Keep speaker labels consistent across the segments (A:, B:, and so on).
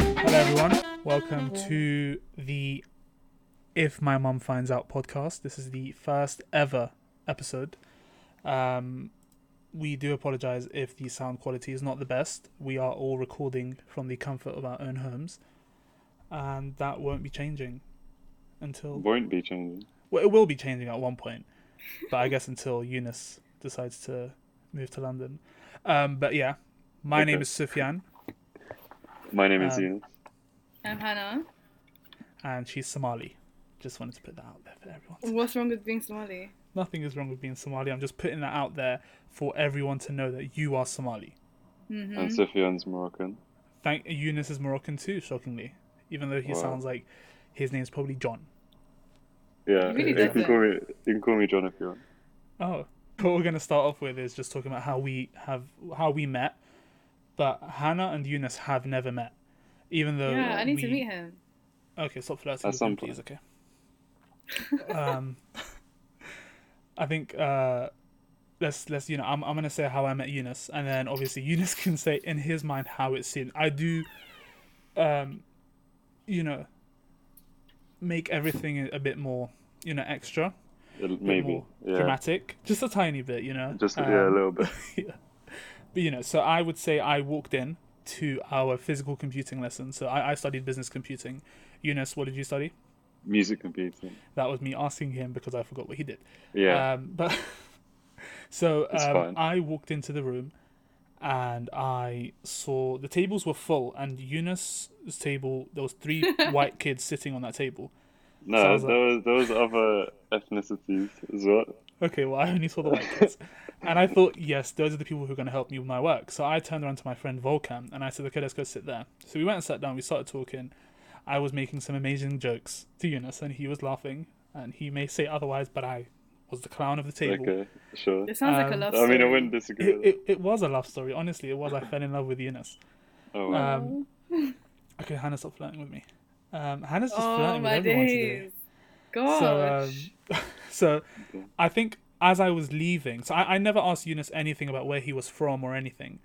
A: everyone. Welcome to the If My Mum Finds Out podcast. This is the first ever episode. Um, we do apologize if the sound quality is not the best. We are all recording from the comfort of our own homes, and that won't be changing until.
B: Won't be changing.
A: Well, it will be changing at one point, but I guess until Eunice decides to move to London. Um, but yeah, my name
B: Okay.
A: is Sufyan,
B: My name is
A: Um,
B: Eunice.
C: I'm Hannah.
A: and she's Somali. Just wanted to put that out there for everyone.
C: What's wrong with being Somali?
A: Nothing is wrong with being Somali. I'm just putting that out there for everyone to know that you are Somali.
C: Mm-hmm.
B: and
A: hmm?
B: Sufyan's Moroccan.
A: Thank Eunice is Moroccan too, shockingly, even though he
B: Wow.
A: sounds like his name's probably John.
B: Yeah,
C: He really
B: you can
C: does
B: call me. You can call me John if you want.
A: Oh, what we're gonna start off with is just talking about how we have how we met, but Hannah and Eunice have never met, even though
C: yeah, I need to
A: we-
C: meet him.
A: Okay, stop flirting
B: At
A: with
B: some
A: me, please. Okay. um, I think uh, let's let's you know I'm I'm gonna say how I met Eunice, and then obviously Eunice can say in his mind how it's seen. I do, um, you know, make everything a bit more you know extra,
B: It'll-
A: bit
B: Uh, Maybe.
A: more
B: Yeah.
A: dramatic, just a tiny bit, you know.
B: Just yeah, a
A: Um,
B: little bit.
A: but you know, so I would say I walked in to our physical computing lesson. So I, I studied business computing. Eunice, what did you study?
B: Music competing.
A: That was me asking him because I forgot what he did.
B: Yeah.
A: Um, but so
B: It's
A: um,
B: fine.
A: I walked into the room and I saw the tables were full, and Eunice's table there was three white kids sitting on that table.
B: no,
A: sounds like-
B: there was there was other ethnicities as well.
A: Okay, well I only saw the white kids, and I thought yes, those are the people who are going to help me with my work. So I turned around to my friend Volcam and I said, okay, let's go sit there. So we went and sat down. We started talking. I was making some amazing jokes to Eunice, and he was laughing. And he may say otherwise, but I was the clown of the table.
B: Okay, sure.
C: It sounds like a
A: Um,
C: love
B: I
C: story.
B: mean, I wouldn't disagree.
A: it,
B: with that.
A: it, it was a love story. Honestly, it was. I fell in love with Eunice.
B: oh, wow.
A: Um, okay, Hannah, stop flirting with me. Um, Hannah's just
C: oh
A: flirting with
C: my
A: everyone today.
C: days. Gosh.
A: So, um, so I think as I was leaving, so I, I never asked Eunice anything about where he was from or anything,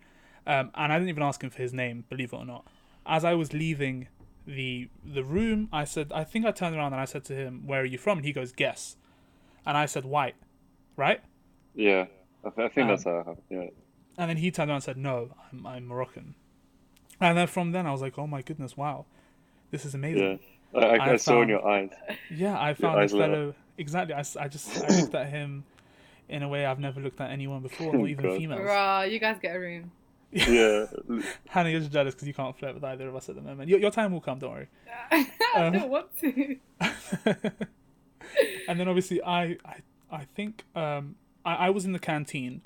A: um, and I didn't even ask him for his name, believe it or not. As I was leaving the the room, I said, I think I turned around and I said to him, "Where are you from?" And he goes, "Guess," and I said, "White," right?
B: yeah, I, th- I think that's
A: um,
B: how it happened. Yeah.
A: And then he turned around and said, No, I'm, I'm Moroccan. And then from then, I was like, Oh my goodness, wow, this is
B: Yeah.
A: amazing.
B: I, I,
A: I
B: I saw
A: found-
B: in your eyes.
A: Yeah, I found this
B: eyes lit up.
A: fellow. Exactly. I, s- I just I looked at him in a way I've never looked at anyone before,
B: Oh,
A: not even
B: God.
A: females.
C: Bruh, you guys get a room.
B: Yeah. l-
A: Hannah, you're just jealous because you can't flirt with either of us at the moment. Your, your time will come, don't worry. Uh,
C: I don't want to.
A: and then obviously, I, I, I think um, I, I was in the canteen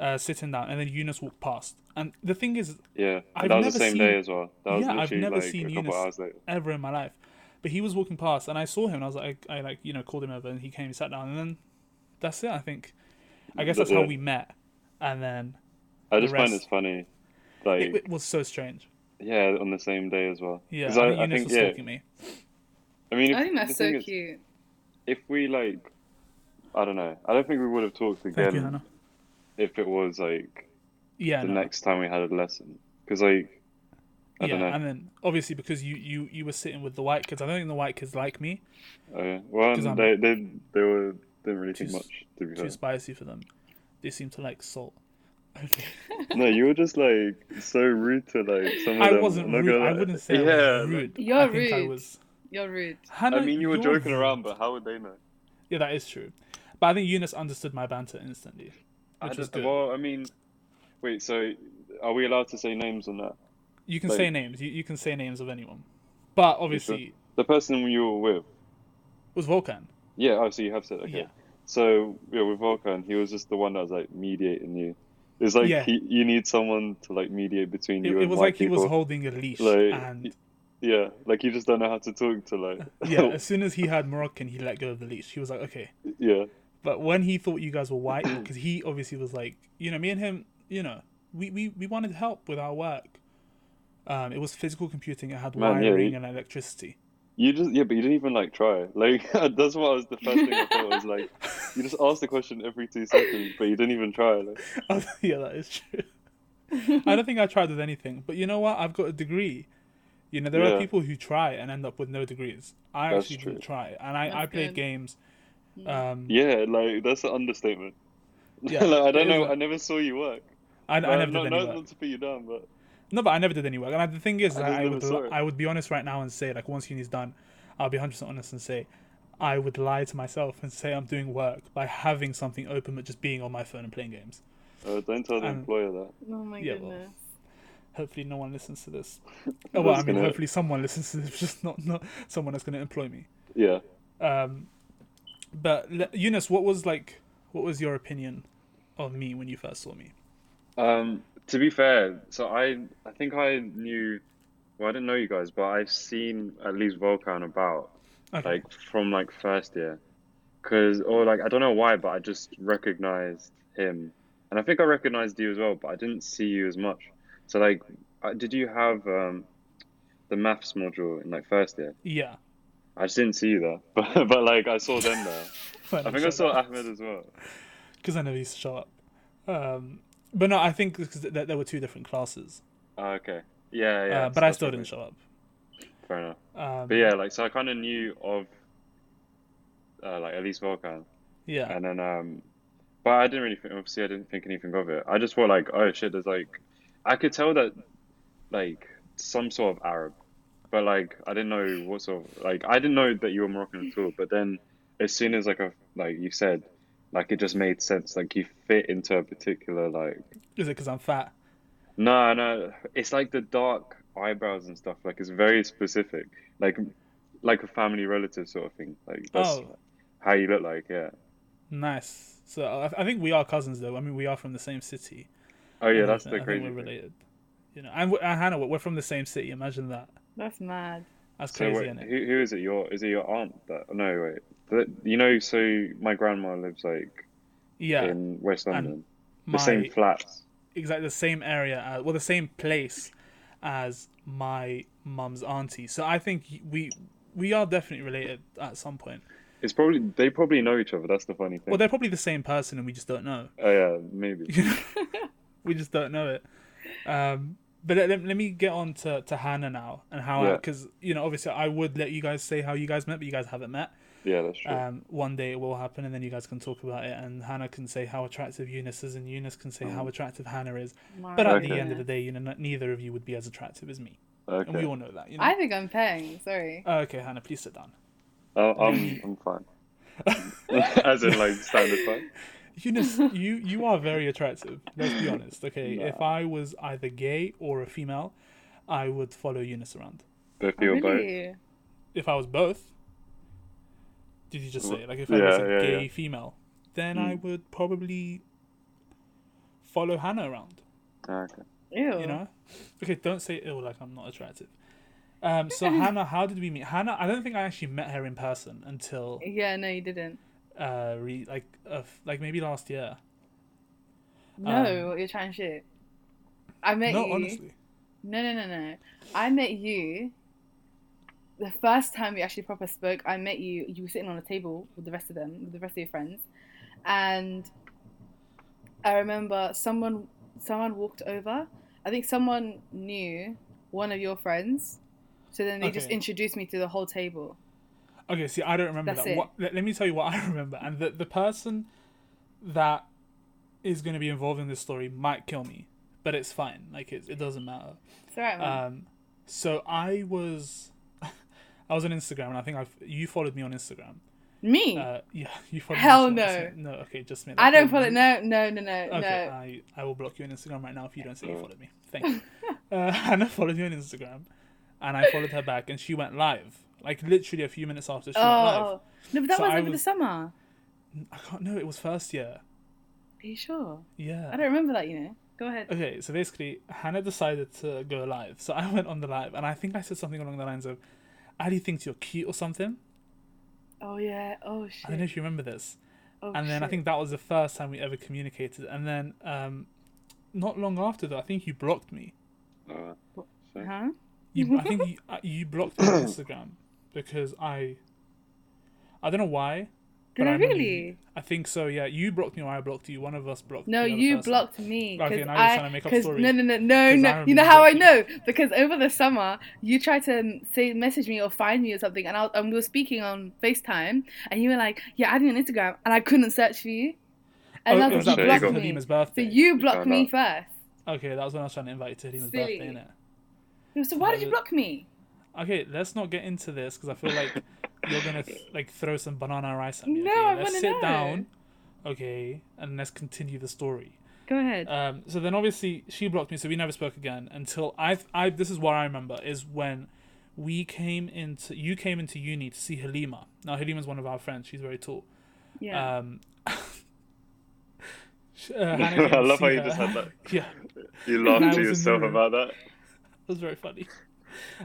A: uh, sitting down, and then Eunice walked past. And the thing is,
B: Yeah.
A: I've
B: that was
A: never
B: the same day
A: seen-
B: as well. That was
A: Yeah, I've
B: literally
A: never
B: like
A: seen
B: a couple
A: Eunice-
B: hours later.
A: ever in my life. But he was walking past, and I saw him, and I was like, I, I like you know called him over, and he came, he sat down, and then that's it. I think, I guess that's how
B: Yeah.
A: we met, and then
B: I just find
A: rest-
B: it's funny. Like,
A: it, it was so strange.
B: yeah, on the same day as well.
A: Yeah,
B: 'Cause
A: I,
B: I,
A: think
B: I
A: Eunice
B: think
A: was
B: yeah.
A: stalking me.
B: I mean, if,
C: I think
B: the
C: that's so
B: thing is,
C: cute.
B: if we like, I don't know. I don't think we would have talked
A: Thank you,
B: again
A: Hannah.
B: if it was like
A: Yeah,
B: the
A: no.
B: next time we had a lesson. Because like,
A: yeah,
B: I don't know.
A: and then obviously because you you you were sitting with the white kids. I don't think the white kids like me.
B: Oh, yeah. Well,
A: 'Cause I'm-
B: they they they were didn't really
A: Too
B: think
A: s-
B: much to be
A: Too
B: fair.
A: spicy for them. They seem to like salt. Okay.
B: No, you were just like so rude to like some of
A: I
B: them.
A: wasn't
B: I'm not
A: rude.
B: gonna
A: I
B: lie.
A: wouldn't say I
B: Yeah,
A: was rude.
C: You're
A: I think I
C: rude.
A: was.
C: You're rude.
B: I
A: Hannah,
B: mean, you were
A: you're
B: joking
A: rude.
B: around, but how would they know?
A: Yeah, that is true. But I think Eunice understood my banter instantly, which
B: I
A: was
B: don't-
A: good.
B: Well, I mean, wait. So, are we allowed to say names on that?
A: You can
B: Like-
A: say names. You, you can say names of anyone. But obviously, it
B: The person you were with.
A: was Volkan.
B: Yeah, oh, so you have said okay.
A: Yeah.
B: So yeah, with Volkan, he was just the one that was like mediating you. It's like
A: Yeah.
B: he, you need someone to like mediate between
A: It,
B: you
A: it
B: and
A: was
B: white
A: like he was
B: people.
A: holding a leash.
B: Like,
A: and
B: Yeah, like you just don't know how to talk to like.
A: yeah, as soon as he had Moroccan, he let go of the leash. He was like, okay.
B: yeah,
A: But when he thought you guys were white, because he obviously was like, you know, me and him, you know, we, we, we wanted help with our work. Um, it was physical computing. It had
B: Man, yeah,
A: wiring
B: he-
A: and electricity.
B: you just yeah, but you didn't even like try. Like that's what was the first thing I thought was like, you just asked the question every two seconds, but you didn't even try. Like,
A: Oh, yeah, that is true. I don't think I tried with anything, but you know what? I've got a degree. You know, there are
B: Yeah.
A: people who try and end up with no degrees. I
B: That's
A: actually
B: true.
A: didn't try, and I, I
C: That's
A: played
C: good.
A: games.
C: Mm.
A: Um,
B: Yeah, like that's an understatement.
A: Yeah,
B: like, I
A: it
B: don't know.
A: is a-
B: I never saw you work.
A: I, I
B: Like,
A: never
B: not,
A: did any
B: not,
A: work.
B: not to put you down, but
A: No, but I never did any work. And I, the thing is,
B: I
A: I,
B: just
A: I,
B: never
A: would,
B: saw
A: li-
B: it.
A: I would be honest right now and say, like, once uni's done, I'll be 100% honest and say, I would lie to myself and say I'm doing work by having something open but just being on my phone and playing games.
B: uh, don't tell the
A: Um,
B: employer that.
C: Oh my
A: yeah, well,
C: goodness.
A: Hopefully, no one listens to this. Oh, well, I
B: That's
A: mean,
B: gonna-
A: hopefully, someone listens to this, just not, not someone that's going to employ me.
B: Yeah.
A: Um, but le- Eunice, what was like, what was your opinion of me when you first saw me?
B: Um, to be fair, so I I think I knew, well, I didn't know you guys, but I've seen at least Volcan about
A: Okay.
B: like from like first year, because or like I don't know why, but I just recognized him, and I think I recognized you as well, but I didn't see you as much. So like, I, did you have um, the maths module in like first year?
A: yeah.
B: I just didn't see you there, but but like I saw them there. I think I saw Ahmed as well.
A: Because I never used to show up. Um, but no, I think because th- there were two different classes.
B: Oh, okay. Yeah, yeah.
A: uh, but I still didn't show up.
B: up. Fair enough.
A: Um,
B: But yeah, like so I kind of knew of uh, like at least Volcan,
A: yeah,
B: and then um, but I didn't really think, obviously I didn't think anything of it. I just thought like oh shit, there's like I could tell that like some sort of Arab, but like I didn't know what sort of like I didn't know that you were Moroccan at all. But then as soon as like a like you said, like it just made sense. Like you fit into a particular like
A: is it because I'm fat?
B: no, no, it's like the dark eyebrows and stuff. Like it's very specific, like like a family relative sort of thing. Like that's
A: Oh,
B: how you look like. Yeah.
A: nice. So I, I think we are cousins, though. I mean, we are from the same city.
B: Oh yeah,
A: And I
B: that's
A: think-
B: the
A: I
B: crazy
A: Think we're
B: thing.
A: related. You know, and, we- and Hannah, we're from the same city. Imagine that.
C: That's mad.
A: That's
B: So
A: crazy,
B: wait,
A: isn't it?
B: who who is it? Your is it your aunt? That no wait. Th- You know, so my grandma lives like
A: Yeah,
B: in West
A: And
B: London, the
A: my
B: same flats.
A: exactly the same area, as, well, the same place as my mum's auntie. So I think we we are definitely related at some point.
B: It's probably they probably know each other. That's the funny thing.
A: Well, they're probably the same person, and we just don't know.
B: Oh yeah, maybe.
A: we just don't know it. Um, but let, let, let me get on to, to Hannah now and how
B: Yeah.
A: because you know obviously I would let you guys say how you guys met, but you guys haven't met.
B: Yeah, that's true.
A: Um, one day it will happen, and then you guys can talk about it, and Hannah can say how attractive Eunice is, and Eunice can say how attractive Hannah is.
C: My
A: But at the
B: Mm-hmm. Okay.
A: end of the
C: goodness.
A: day, you know, not- neither of you would be as attractive as me, and we
B: Okay.
A: all know that. You know. Uh,
C: I think I'm paying. Sorry.
A: Okay, Hannah, please sit down.
B: Oh, I'm I'm fine. As in like standard fine.
A: Eunice, you you are very attractive. Let's be honest. Okay, if I was either gay or a female, I would follow Eunice around.
B: Both of
C: Oh,
B: you are both.
C: really?
A: if I was both, did you just say like if I
B: Yeah,
A: was a
B: yeah,
A: gay
B: yeah. Mm.
A: female, then I would probably follow Hannah around.
B: Okay.
C: Ew.
A: You know? Okay, don't say ill like I'm not attractive. Um, so Hannah, how did we meet? Hannah, I don't think I actually met her in person until
C: Yeah, no, you didn't.
A: uh, re- like uh, f- like maybe last year.
C: No, you're trying shit. I met
A: Um, No,
C: you.
A: honestly,
C: No, no, no, no. I met you. The first time we actually proper spoke, I met you. You were sitting on a table with the rest of them, with the rest of your friends, and I remember someone someone walked over. I think someone knew one of your friends, so then they just
A: Okay.
C: introduced me to the whole table.
A: okay. See, I don't remember
C: That's
A: that.
C: it.
A: What, let, let me tell you what I remember. And the the person that is going to be involved in this story might kill me, but it's fine. Like it, it doesn't matter.
C: It's alright, man.
A: Um, so I was, I was on Instagram, and I think I you followed me on Instagram.
C: me?
A: Uh, yeah, you followed.
C: Oh. Hell
A: me on
C: no.
A: Instagram. No, okay, just me.
C: I don't
A: Okay,
C: follow. No, no, no, no,
A: Okay, uh,
C: no. Oh.
A: I, I will block you on Instagram right now if you don't say you followed me. Thank you. uh, Hannah followed me on Instagram, and I followed her back, and she went live. Like literally a few minutes after she
C: Oh,
A: went live.
C: oh. no, but that
A: So
C: was
A: I
C: over the
A: was-
C: summer.
A: I can't. No, it was first year.
C: Are you sure?
A: Yeah.
C: I don't remember that. You know. Go ahead.
A: Okay, so basically, Hannah decided to go live. So I went on the live, and I think I said something along the lines of, "Ali thinks you're cute" or something.
C: Oh yeah. Oh shit.
A: I don't know if you remember this.
C: Oh,
A: and then I
C: shit.
A: think that was the first time we ever communicated. And then, um, not long after that, I think you blocked me.
B: Uh, so-
C: Huh?
A: You, I think you, uh, you blocked me on Instagram because I, I don't know why,
C: Did
A: But
C: I
A: I know you-
C: really?
A: I think so. Yeah, you blocked me or I blocked you. One of us blocked.
C: No,
A: the other
C: you
A: person.
C: blocked me.
A: Okay,
C: 'cause
A: now you're
C: I-
A: trying to make up
C: 'cause-
A: story.
C: No, no, no, no,
A: 'Cause I
C: no. You know
A: remember
C: how I
A: blocking
C: know because over the summer you tried to say message me or find me or something, and, I, and we were speaking on Facetime, and you were like, "Yeah, add me on Instagram," and I couldn't search for you, and
A: oh,
C: I
A: it was
C: was like,
A: that
B: There
C: "You
B: you
A: blocked
B: go.
C: blocked me."
A: Halima's
C: So
A: birthday.
C: you blocked
B: found
C: me
B: out.
C: first.
A: Okay, that was when I was trying to invite you to Halima's
C: Silly.
A: birthday, innit?
C: So why did you
A: Uh,
C: block me?
A: Okay, let's not get into this because I feel like you're gonna th- like throw some banana rice at me.
C: No,
A: okay?
C: I
A: let's
C: wanna
A: sit
C: know.
A: down, okay, and let's continue the story.
C: Go ahead.
A: Um, so then obviously she blocked me, so we never spoke again until I. I this is what I remember is when we came into you came into uni to see Halima. Now Halima's one of our friends. She's very tall.
C: yeah.
A: Um, sh- uh, Hannah came
B: I
A: to
B: love
A: see
B: how you
A: her.
B: just had that.
A: yeah,
B: You
A: I
B: laughed
A: was
B: to
A: in the
B: yourself
A: room.
B: about that.
A: it was very funny.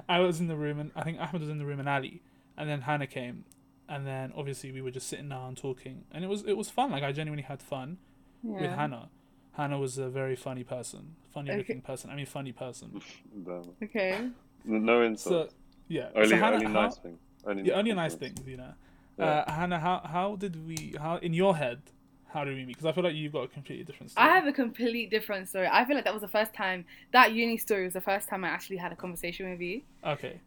A: I was in the room, and I think Ahmed was in the room, and Ali, and then Hannah came, and then obviously we were just sitting down talking, and it was it was fun. Like I genuinely had fun with
C: Yeah.
A: Hannah. Hannah was a very funny person, funny
C: Okay.
A: looking person. I mean, funny person.
B: Damn.
C: Okay.
B: No
A: So
B: insult.
A: yeah,
B: only,
A: so Hannah,
B: only
A: how-
B: nice thing. Only,
A: yeah, only nice
B: things.
A: things, you know. Uh,
B: Yeah.
A: Hannah, how how did we? How in your head? How did we meet? Because I feel like you've got a completely different story.
C: I have a complete different story. I feel like that was the first time that uni story was the first time I actually had a conversation with you.
A: Okay.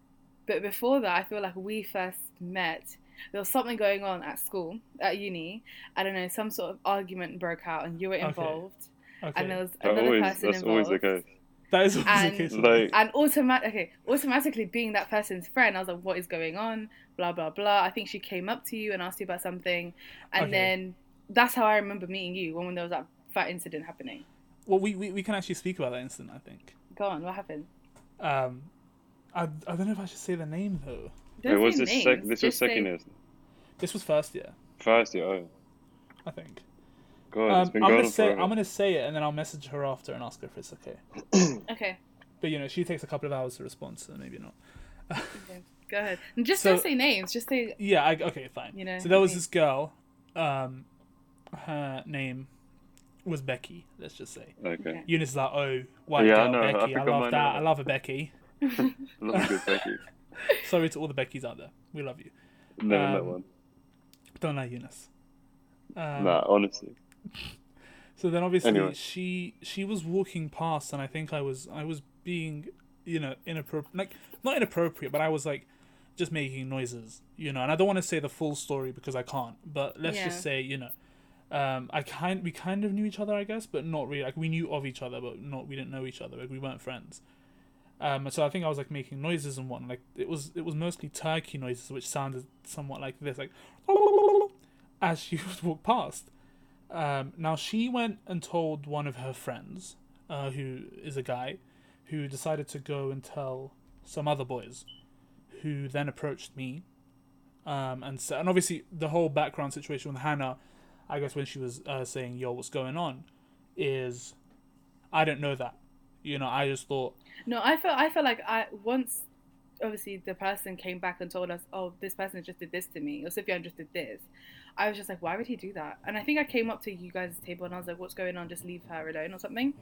C: But before that, I feel like we first met. There was something going on at school, at uni. I don't know, some sort of argument broke out, and you were
A: Okay.
C: involved,
A: Okay.
C: and there was
B: That
C: another
B: always, that's
C: person
B: always
C: involved.
B: the case.
A: that is always
C: and-
A: the case. with
B: Like-
A: me.
C: And automatic, okay, automatically being that person's friend, I was like, "What is going on?" Blah blah blah. I think she came up to you and asked you about something, and
A: Okay.
C: then that's how I remember meeting you when, when there was that fat incident happening.
A: well, we, we we can actually speak about that incident. I think.
C: Go on, what happened?
A: Um, I I don't know if I should say the name though.
C: Don't
B: Wait, was
C: say
B: this sec-
C: names,
B: this was
C: just say-
B: second year,
A: This was first year,
B: first year. Oh
A: I think.
B: god,
A: Um,
B: it's been
A: I'm
B: going
A: gonna
B: on
A: say
B: forever.
A: I'm gonna say it, and then I'll message her after and ask her if it's okay.
C: Okay,
A: But you know, she takes a couple of hours to respond, so maybe not.
C: okay, go ahead. And just
A: So-
C: don't say names. Just say
A: Yeah, I, okay, fine.
C: You know,
A: so there was
C: okay.
A: this girl, um, her name was Becky. Let's just say.
B: Okay,
A: Eunice is like, oh, white
B: Yeah, I
A: girl
B: know, I
A: Becky. I,
B: think I
A: love
B: might
A: that.
B: know
A: I
B: that.
A: love a Becky.
B: love a good Becky.
A: Sorry to all the Beckys out there. We love you.
B: Never met
A: Um,
B: one.
A: Don't like Eunice. Um,
B: nah, honestly.
A: So then obviously
B: Anyway.
A: she she was walking past and I think I was I was being you know inappropriate like not inappropriate but I was like just making noises you know and I don't want to say the full story because I can't but let's
C: Yeah.
A: just say you know um I kind we kind of knew each other I guess but not really like we knew of each other but not we didn't know each other like we weren't friends um so I think I was like making noises and whatnot like it was it was mostly turkey noises which sounded somewhat like this like as she would walk past um, now she went and told one of her friends, uh, who is a guy, who decided to go and tell some other boys, who then approached me, um, and so, and obviously the whole background situation with Hannah, I guess when she was uh, saying yo what's going on, is, I don't know that, you know I just thought
C: No, I felt I felt like I once obviously the person came back and told us, Oh, this person just did this to me, or Sufyan just did this. I was just like, Why would he do that? And I think I came up to you guys' table and I was like, What's going on? Just leave her alone or something.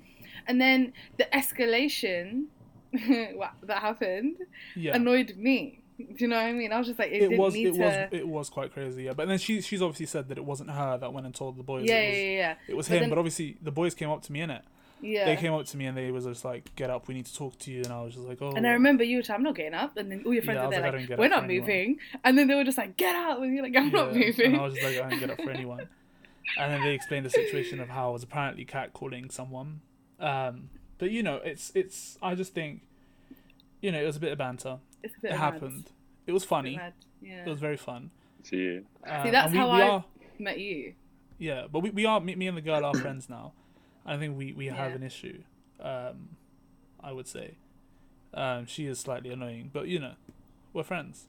C: And then the escalation wa- that happened
A: yeah
C: annoyed me. Do you know what I mean? I was just like, it,
A: it
C: didn't
A: was
C: need
A: it
C: to
A: was it was quite crazy yeah but then she she's obviously said that it wasn't her that went and told the boys
C: yeah,
A: it was,
C: yeah, yeah,
A: It was
C: But
A: him
C: then-
A: but obviously the boys came up to me in it.
C: yeah.
A: they came up to me and they was just like, "Get up, we need to talk to you." And I was just like, "Oh."
C: And I remember you were like, I'm not getting up. And then all your friends
A: Yeah, I
C: were
A: was
C: there,
A: like, I
C: like,
A: don't get
C: we're
A: up for
C: not
A: anyone.
C: moving. And then they were just like, get up. And you're like, I'm not
A: Yeah.
C: moving.
A: And I was just like, "I don't get up for anyone." and then they explained the situation of how I was apparently catcalling someone. Um, but you know, it's it's. I just think, you know, it was a bit of banter.
C: It's a
A: It
C: bit mad.
A: happened. It was funny.
C: Mad, Yeah.
A: It was very fun.
B: To you.
A: Um,
C: See, that's
A: and we,
C: how
A: we
C: I-
A: are.
C: Met you.
A: Yeah, but we, we are me, me and the girl are friends now. I don't think we we have
C: Yeah.
A: an issue. Um, I would say, um, she is slightly annoying, but you know, we're friends.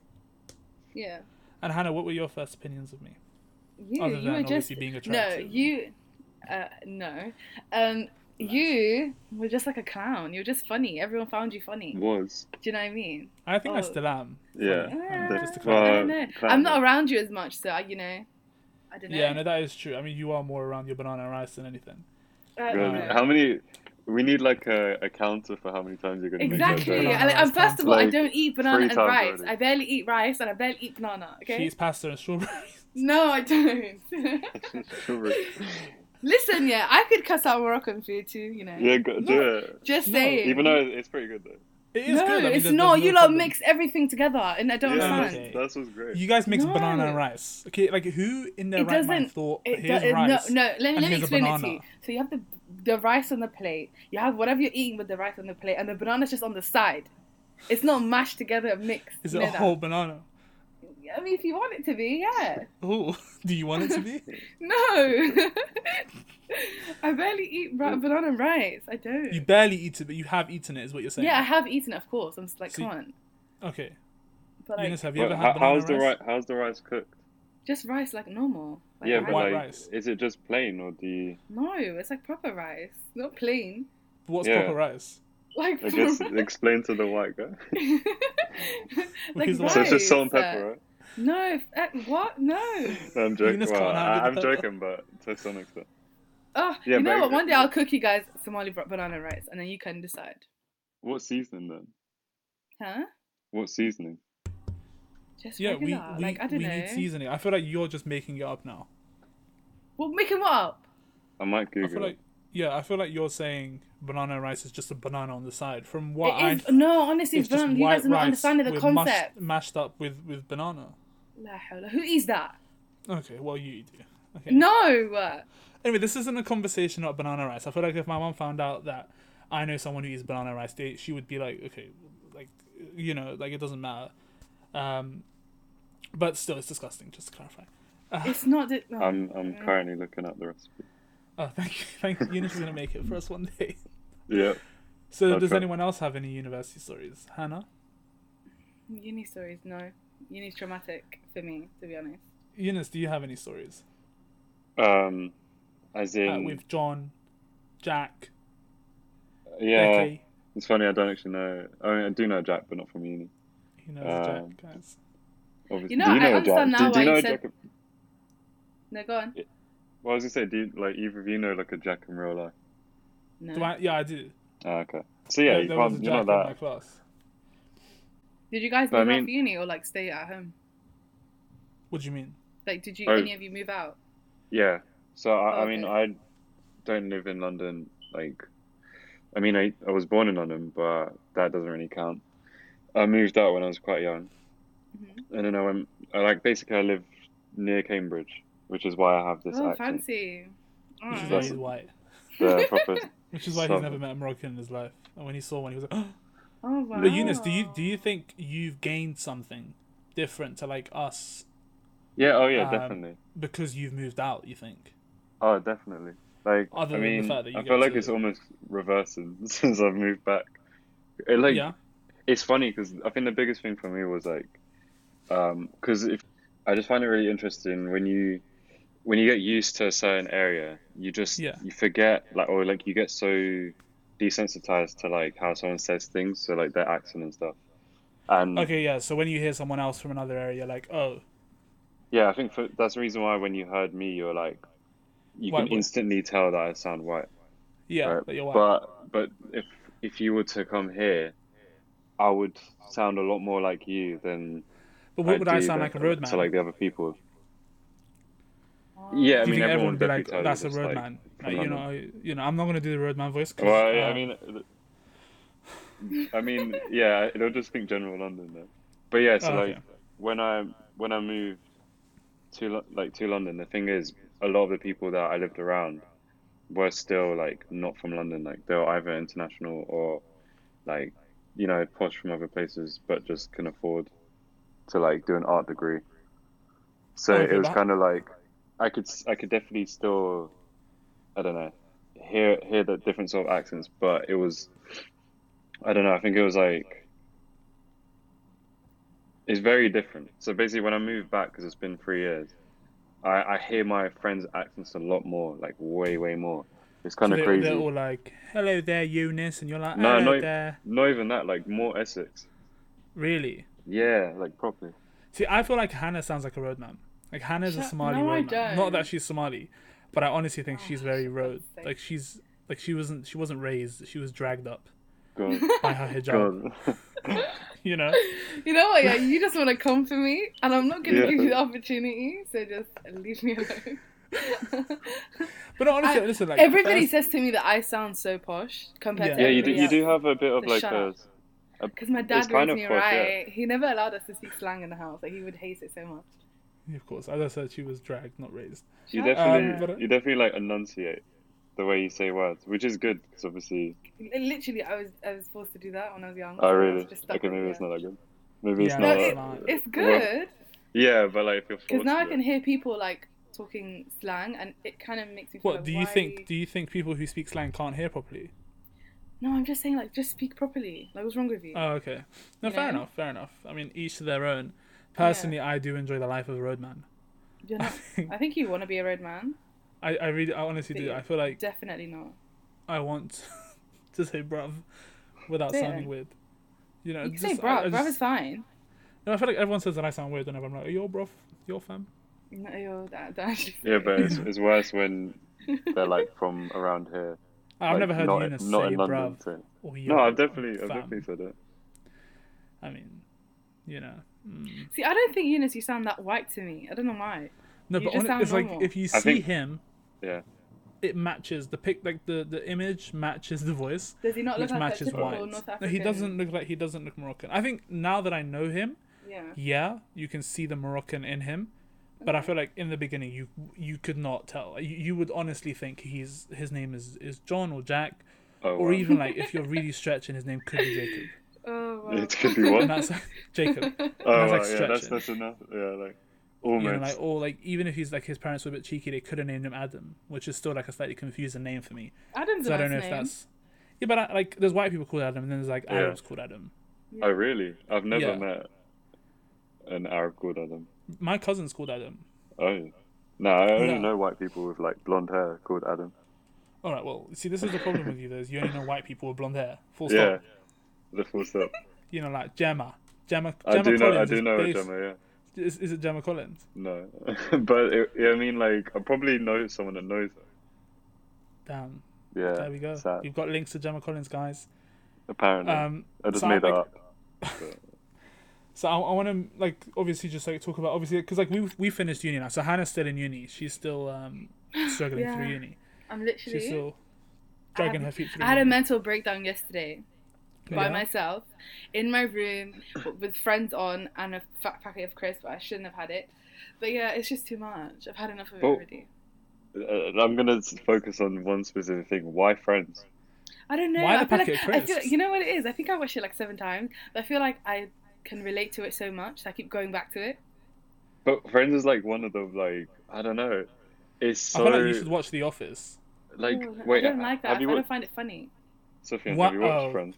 C: Yeah.
A: And Hannah, what were your first opinions of me?
C: You,
A: Other
C: you
A: than
C: were just
A: obviously being
C: no,
A: attractive.
C: you, uh, no, um, you were just like a clown. You were just funny. Everyone found you funny. Do
B: Was.
C: you know what I mean?
A: I think I
C: Oh.
A: still am.
B: Yeah.
A: Funny. Um,
C: Yeah.
A: just to
B: Well,
A: clarify.
C: I don't know.
B: Uh, clown.
C: I'm not around you as much, so I, you know, I don't know.
A: yeah, no, that is true. I mean, you are more around your banana and rice than anything.
C: I don't
B: Really?
C: know.
B: How many? We need like a, a counter for how many times you're gonna
C: Exactly.
A: banana
B: make that
C: And like, I'm,
A: is
C: first of all, I
B: like
C: don't eat banana
B: three
C: and
B: times
C: rice.
B: already.
C: I barely eat rice and I barely eat banana.
A: She
C: Okay.
A: eats pasta and strawberries.
C: No, I don't.
B: joke. Strawberry.
C: Listen, yeah, I could cuss out Moroccan food too. You know.
B: yeah, go, do it.
C: Just
A: No,
C: saying.
B: Even though it's pretty good though.
A: It is
C: no,
A: good. I mean,
C: it's
A: there-
C: not.
A: there's
C: you
A: no
C: lot
A: problem.
C: mix everything together, and I don't
B: yeah,
A: understand.
B: That's,
A: Okay.
B: that's what's great.
A: You guys mix
C: No.
A: banana and rice. Okay, like who in their
C: It
A: right mind
C: doesn't-
A: thought
C: It
A: here's
C: do- it-
A: rice?
C: No, no. Let me,
A: and
C: let me
A: here's a
C: explain it to
A: banana.
C: you. So you have the the rice on the plate. You have whatever you're eating with the rice on the plate, and the banana's just on the side. It's not mashed together, and mixed.
A: Is
C: you
A: it
C: know
A: a whole banana?
C: That. I mean, if you want it to be, yeah.
A: Oh, do you want it to be?
C: No. I barely eat ra- banana and rice. I don't.
A: You barely eat it, but you have eaten it, is what you're saying.
C: yeah, I have eaten, it, of course. I'm just like,
A: So you-
C: come on.
A: Okay.
C: But like,
A: Eunice, have you
B: But
A: ever
B: how-
A: had banana
B: how's the
A: rice?
B: rice? How's the rice cooked?
C: just rice like normal. Like
B: yeah,
C: rice.
B: but
A: White
B: like,
A: rice.
B: is it just plain or do you?
C: no, it's like proper rice, not plain.
A: What's
B: Yeah.
A: proper rice?
C: Like
B: I guess explain to the white guy.
C: like
A: Because
C: rice.
A: like-
B: So it's just salt and
C: uh,
B: pepper,
C: No, f- uh, what? No.
B: right? No, I'm joking.
A: Eunice can't
B: Well,
A: handle
B: I, I'm
A: the
B: joking, but to some extent.
C: Oh,
B: Yeah,
C: you know
B: but-
C: what? One day I'll cook you guys Somali br- banana rice, and then you can decide.
B: What seasoning then?
C: Huh?
B: What seasoning?
C: Just
A: Yeah, we,
C: regular.
A: we,
C: like I don't
A: we
C: know.
A: need seasoning. I feel like you're just making it up now.
C: Well, make him up.
B: I might
A: I
B: Google.
A: feel
B: it.
A: like yeah, I feel like you're saying banana rice is just a banana on the side. From what
C: it is
A: I
C: no, honestly,
A: it's just
C: banana. You
A: white
C: guys are not
A: rice
C: understanding the
A: with
C: concept.
A: Mashed, mashed up with with banana.
C: La hawla. Who is that?
A: Okay, well you do. Okay.
C: No.
A: Anyway, this isn't a conversation about banana rice. I feel like if my mom found out that I know someone who eats banana rice, they, she would be like, okay, like you know, like it doesn't matter. Um, but still, it's disgusting. Just to clarify.
C: It's not that. No.
B: I'm I'm currently looking at the recipe.
A: Oh, thank you, thank you. Eunice is gonna make it for us one day.
B: Yeah.
A: So,
B: Okay.
A: does anyone else have any university stories? Hannah.
C: Uni stories, no. Uni's traumatic for me, to be honest.
A: Eunice, do you have any stories?
B: Um, as in,
A: uh, with John, Jack,
B: yeah,
A: Becky.
B: it's funny. I don't actually know. I mean, I do know Jack, but not from uni.
A: He knows
B: Um,
A: Jack, guys.
B: Obviously,
C: You know,
B: do you
C: I
B: know Jack?
C: understand now
B: do, do
C: why
B: you know
C: you
B: a
C: said-
B: Jack? Of,
C: No, go on.
B: well, I was gonna say, do you, like either of you know like a Jack in real life?
C: No.
A: Do I? Yeah, I do.
B: Ah, okay. So yeah,
A: there,
B: you
A: there was a
B: can't.
A: Jack
B: You're
A: in
B: not
A: my
B: that.
A: class.
C: Did you guys
B: But I
C: move out
B: mean-
C: for uni or like stay at home?
A: What do you mean?
C: Like, did you
B: Oh.
C: any of you move out?
B: Yeah. So I,
C: Oh,
B: I mean,
C: okay.
B: I don't live in London. Like, I mean, I I was born in London, but that doesn't really count. I moved out when I was quite young.
C: Mhm.
B: and then I went. I like basically I live near Cambridge, which is why I have this
C: Oh,
B: accent.
C: fancy.
A: Which is
C: Alright.
A: why
B: That's-
A: he's white.
B: The proper.
A: Which is why he's
B: Something.
A: never met a Moroccan in his life. And when he saw one, he was like,
C: Oh, wow.
A: "But Eunice, do you do you think you've gained something different to like us
B: Yeah. Oh yeah.
A: Um,
B: definitely.
A: because you've moved out? You think?
B: Oh, definitely. Like
A: Other
B: I
A: than the
B: mean,
A: fact that you
B: I
A: get
B: feel like
A: to-
B: it's almost reversing since I've moved back. It, like
A: yeah.
B: it's funny because I think the biggest thing for me was like, um, because if I just find it really interesting when you when you get used to a certain area, you just
A: Yeah.
B: you forget like or like you get so desensitized to like how someone says things, so like their accent and stuff. And
A: Okay, yeah. So when you hear someone else from another area, you're like, oh,
B: yeah, I think for, that's the reason why when you heard me, you're like, you
A: White
B: can
A: boy.
B: instantly tell that I sound white.
A: yeah,
B: right?
A: that you're white.
B: But but if if you were to come here, I would sound a lot more like you than.
A: But what would I
B: do
A: sound
B: that
A: like a roadman?
B: To like the other people. Yeah, I
A: do you
B: mean,
A: think
B: everyone
A: everyone would be
B: definitely
A: like,
B: tells you
A: that's a
B: this, like,
A: roadman?
B: from
A: Like, you know,
B: London.
A: you know, I'm not gonna do the roadman voice. 'cause,
B: Well, yeah,
A: uh,
B: I mean, I mean, yeah, they'll just think general London though. But yeah, so
A: Oh,
B: like
A: okay.
B: when I when I moved to Lo- like to London, the thing is, a lot of the people that I lived around were still like not from London. Like they were either international or like you know posh from other places, but just can afford to like do an art degree. So
A: Okay,
B: it was
A: that-
B: kind of like I could s- I could definitely still I don't know hear hear the different sort of accents, but it was I don't know. I think it was like it's very different. So basically, when I moved back, because it's been three years, I, I hear my friends' accents a lot more, like way, way more. It's kind
A: so
B: of
A: they,
B: crazy.
A: They're all like, "Hello there, Eunice," and you're like,
B: No,
A: "Hello
B: not- e-
A: there."
B: Not even that, like more Essex.
A: Really?
B: Yeah, like properly.
A: See, I feel like Hannah sounds like a roadman. Like Hannah's a
C: Shut-
A: Somali
C: no, I
A: roadman.
C: don't. Oh,
A: Not that she's Somali, but I honestly think she's very road.
C: sake.
A: Like she's Like she wasn't she wasn't raised. She was dragged up
B: God.
A: by her hijab.
B: God.
A: You know.
C: You know what? Yeah, you just want to come for me, and I'm not going to
B: Yeah.
C: give you the opportunity. So just leave me alone.
A: But no, honestly,
C: I-
A: listen. Like
C: Everybody
A: that's-
C: says to me that I sound so posh compared to
B: yeah, you do,
C: everybody
B: you do have a bit of
C: The
B: like
C: shut
B: a.
C: up. Because my
B: It's
C: dad
B: kind
C: raised
B: of
C: me
B: posh, yeah.
C: right. He never allowed us to speak slang in the house. Like he would hate it so much.
A: Yeah, Of course, as I said, she was dragged, not raised.
B: You
A: Um,
C: Shut
B: definitely,
A: but-
B: you definitely like enunciate the way you say words, which is good because obviously.
C: Li- Literally, I was I was forced to do that when I was young. so
B: Oh
C: I was
B: really?
C: just stuck
B: Okay,
C: with
B: maybe
C: it.
B: it's not that good. Maybe it's
A: Yeah,
B: not.
C: No,
A: it's
B: that-
A: not.
C: It's good
B: Yeah, but like if you're
C: because
B: forced.
C: now I
B: to
C: can hear people like talking slang, and it kind of makes me. Feel
A: What
C: like,
A: do you
C: why-
A: think? Do you think people who speak slang can't hear properly?
C: No, I'm just saying like just speak properly. Like what's wrong with you?
A: Oh, okay. No,
C: You
A: fair
C: know?
A: enough. Fair enough. I mean, each to their own. Personally, I do enjoy the life of a roadman.
C: You're
A: I
C: not.
A: think
C: I think you want to be a red man.
A: I, I really, I honestly
C: But
A: do.
C: yeah.
A: I feel like
C: Definitely not.
A: I want to say bruv without
C: Yeah.
A: sounding weird. You know,
C: You can
A: Uh, just-
C: say
A: I-
C: bruv.
A: I
C: bruv
A: just-
C: is fine.
A: No, I feel like everyone says that I sound weird whenever I'm like, "Yo, bruv, yo, fam."
C: No, you're that, that actually-
B: Yeah, but it's, it's worse when they're like from around here.
A: I've
B: like,
A: never heard
B: not,
A: Eunice
B: not
A: say
B: in London.
A: bruv
B: so-
A: or yo.
B: No, I've definitely, I've
A: fam.
B: definitely said it.
A: I mean, you know. mm.
C: See, I don't think Eunice, you sound that white to me. I don't know why.
A: No,
C: You
A: but
C: just
A: on,
C: sound
A: it's like
C: normal.
A: if you see
B: I think-
A: him,
B: Yeah.
A: it matches the pic, like the the image matches the voice,
C: Does he not
A: which
C: look like a
A: matches
C: typical
A: white.
C: North
A: No,
C: African?
A: he doesn't look like he doesn't look Moroccan. I think now that I know him,
C: Yeah.
A: yeah, you can see the Moroccan in him, but I feel like in the beginning you you could not tell. You, you would honestly think he's his name is is John or Jack,
B: Oh,
A: or
B: wow.
A: even like if you're really stretching, his name could be Jacob,
C: Oh, wow.
B: It could be what?
A: and that's uh, Jacob.
B: Oh,
A: that's, like,
B: wow, yeah, that's
A: stretching.
B: that's enough. Yeah, like
A: You know,
B: almost.
A: like or like even if he's like his parents were a bit cheeky, they could have named him Adam, which is still like a slightly confusing name for me.
C: Adam's
A: So
C: a
A: I don't know
C: nice
A: if
C: name.
A: that's yeah, but I, like there's white people called Adam, and then there's like
B: Yeah.
A: Arabs called Adam.
C: Yeah.
B: Oh really? I've never
A: Yeah.
B: met an Arab called Adam.
A: My cousin's called Adam.
B: Oh. No, I only
A: Yeah.
B: know white people with like blonde hair called Adam.
A: All right, well, see, this is the problem with you, though, is you only know white people with blonde hair. Full
B: Yeah.
A: stop.
B: The full stop.
A: You know, like Gemma. Gemma,
B: I
A: Gemma
B: do
A: Collins
B: know I do
A: is
B: know a
A: based-
B: Gemma, yeah.
A: Is, is it Gemma Collins?
B: No. but it, yeah, I mean like I probably know someone that knows her.
A: Damn,
B: Yeah.
A: there we go.
B: sad.
A: You've got links to Gemma Collins, guys.
B: Apparently.
A: Um,
B: I just
A: so
B: made that
A: like-
B: up.
A: So I, I want to like obviously just like talk about obviously because like we we finished uni now. So Hannah's still in uni. She's still um struggling
C: Yeah.
A: through uni.
C: I'm
A: She's
C: literally.
A: still dragging
C: had-
A: her feet through.
C: I had a
A: uni.
C: mental breakdown yesterday by
A: Yeah.
C: myself in my room with friends on and a fat packet of crisps. I shouldn't have had it. But yeah, it's just too much. I've had enough of it
B: Well-
C: already.
B: Uh, I'm gonna s- focus on one specific thing. Why friends?
C: I don't know.
A: Why the
C: I feel like,
A: packet of
C: I feel,
A: crisps?
C: you know what it is? I think I watched it like seven times. But I feel like I can relate to it so much. So I keep going back to it.
B: But friends is like one of the like I don't know. It's
A: I
B: so
A: feel like you should watch The Office.
B: like
C: Oh,
B: wait.
C: I don't like that.
B: Have
C: I
B: you
C: don't
B: watched
C: find it funny.
B: Sophia?
A: Wha-
B: Have you watched
A: oh.
B: Friends?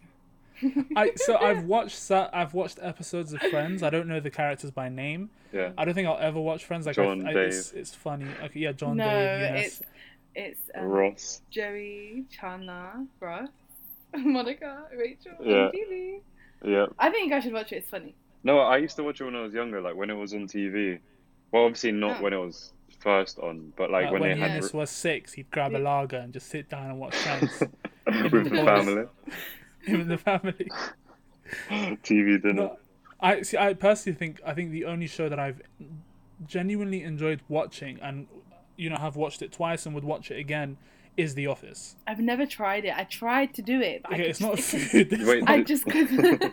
A: I so I've watched sa- I've watched episodes of Friends. I don't know the characters by name.
B: Yeah.
A: I don't think I'll ever watch Friends. Like I-
B: John,
A: I, It's, it's funny. Okay, yeah, John,
C: no,
A: Dave, Eunice.
C: it's it's um,
B: Ross.
C: Joey, Chandler, Ross, Monica, Rachel,
B: Yeah.
C: and Phoebe.
B: Yeah.
C: I think I should watch it. It's funny.
B: No, I used to watch it when I was younger, like when it was on TV. Well, obviously not
C: Oh.
B: when it was first on, but like
A: Like,
B: when
A: when
B: they had
A: Eunice was six, he'd grab a
C: Yeah.
A: lager and just sit down and watch Friends.
B: with the family
A: him and the family.
B: TV dinner.
A: No, I see. I personally think I think the only show that I've genuinely enjoyed watching and you know have watched it twice and would watch it again is The Office.
C: I've never tried it. I tried to do it, but I
A: Okay, it's
C: could
A: not
C: just- it
A: food. it's
B: Wait,
A: not-
C: could- I just couldn't.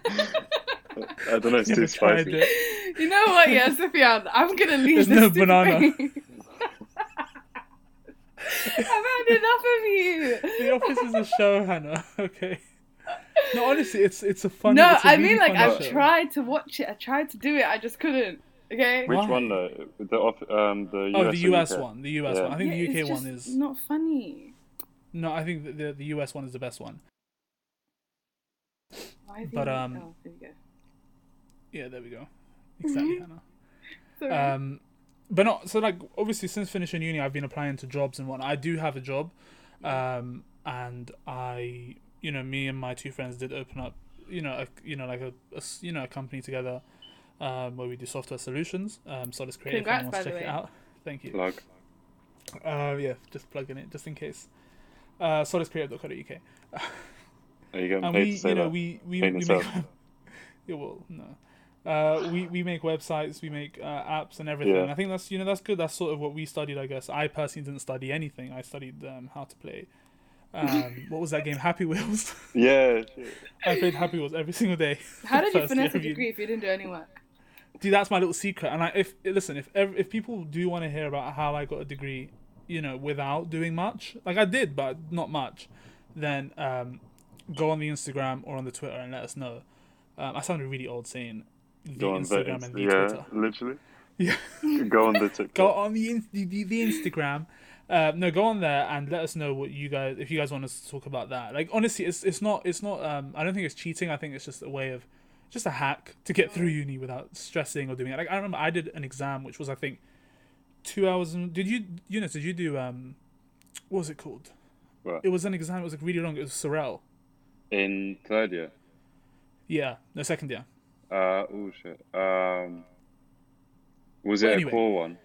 B: I don't know, it's
A: Never
B: too
A: tried
B: spicy.
A: it.
C: you know what? Yeah, Sophia, I'm gonna
A: There's
C: leave this.
A: no
C: to
A: banana.
C: Frank. I've had enough of you.
A: The Office is a show, Hannah. Okay. No, honestly, it's it's a fun.
C: no,
A: it's a
C: I
A: really
C: mean like
A: fun
C: I've
A: show.
C: tried to watch it. I tried to do it. I just couldn't. Okay.
B: Which
A: Why?
B: one though? The off, um, the US
A: Oh, the
B: or
A: US
B: UK?
A: one. The US
B: Yeah.
A: one. I think
C: Yeah,
A: the UK
C: it's
A: one
C: just
A: is.
C: not funny.
A: No, I think the, the the US one is the best one.
C: Why is he
A: But,
C: like-
A: um,
C: oh, there you go.
A: Yeah, there we go. Exactly, Hannah.
C: Mm-hmm. Sorry.
A: Um, but not so like obviously since finishing uni, I've been applying to jobs and whatnot. I do have a job, um, and I, you know, me and my two friends did open up, you know, a, you know, like a, a s- you know a company together, um, where we do software solutions. Um, so let's create. if
C: Congrats,
A: anyone
C: by
A: wants to
C: the
A: check it
C: way.
A: out. Thank you.
B: Plug.
A: Uh, yeah, just plugging it just in case. uh, solariscreative.co.uk.
B: Are you getting
A: and
B: paid
A: we
B: to say
A: you know
B: that?
A: we we, we
B: Paid
A: make
B: yourself.
A: yeah well no uh, we we make websites we make uh, apps and everything
B: Yeah.
A: and I think that's you know that's good that's sort of what we studied I guess I personally didn't study anything I studied um, how to play um, what was that game Happy Wheels
B: Yeah. shit.
A: I played Happy Wheels every single day
C: How did you
A: First
C: finesse
A: year
C: a
A: of uni.
C: degree if you didn't do any work?
A: Dude, that's my little secret. And I, if listen, if ev if people do want to hear about how I got a degree, you know, without doing much, like I did, but not much, then um, go on the Instagram or on the Twitter and let us know. Um, I sounded really old saying the
B: Go on the
A: Instagram and the
B: yeah,
A: Twitter.
B: literally.
A: Yeah,
B: Go on the TikTok.
A: go on the in- the, the, the Instagram. Uh, no, go on there and let us know what you guys if you guys want us to talk about that. Like honestly, it's it's not it's not. Um, I don't think it's cheating. I think it's just a way of just a hack to get through uni without stressing or doing it. Like I remember I did an exam which was I think two hours. And, did you you know did you do um what was it called?
B: What?
A: It was an exam. It was like really long. It was Sorel.
B: In third year.
A: Yeah, no second year.
B: Uh, oh shit. Um, was
A: Well,
B: it
A: anyway.
B: a core one?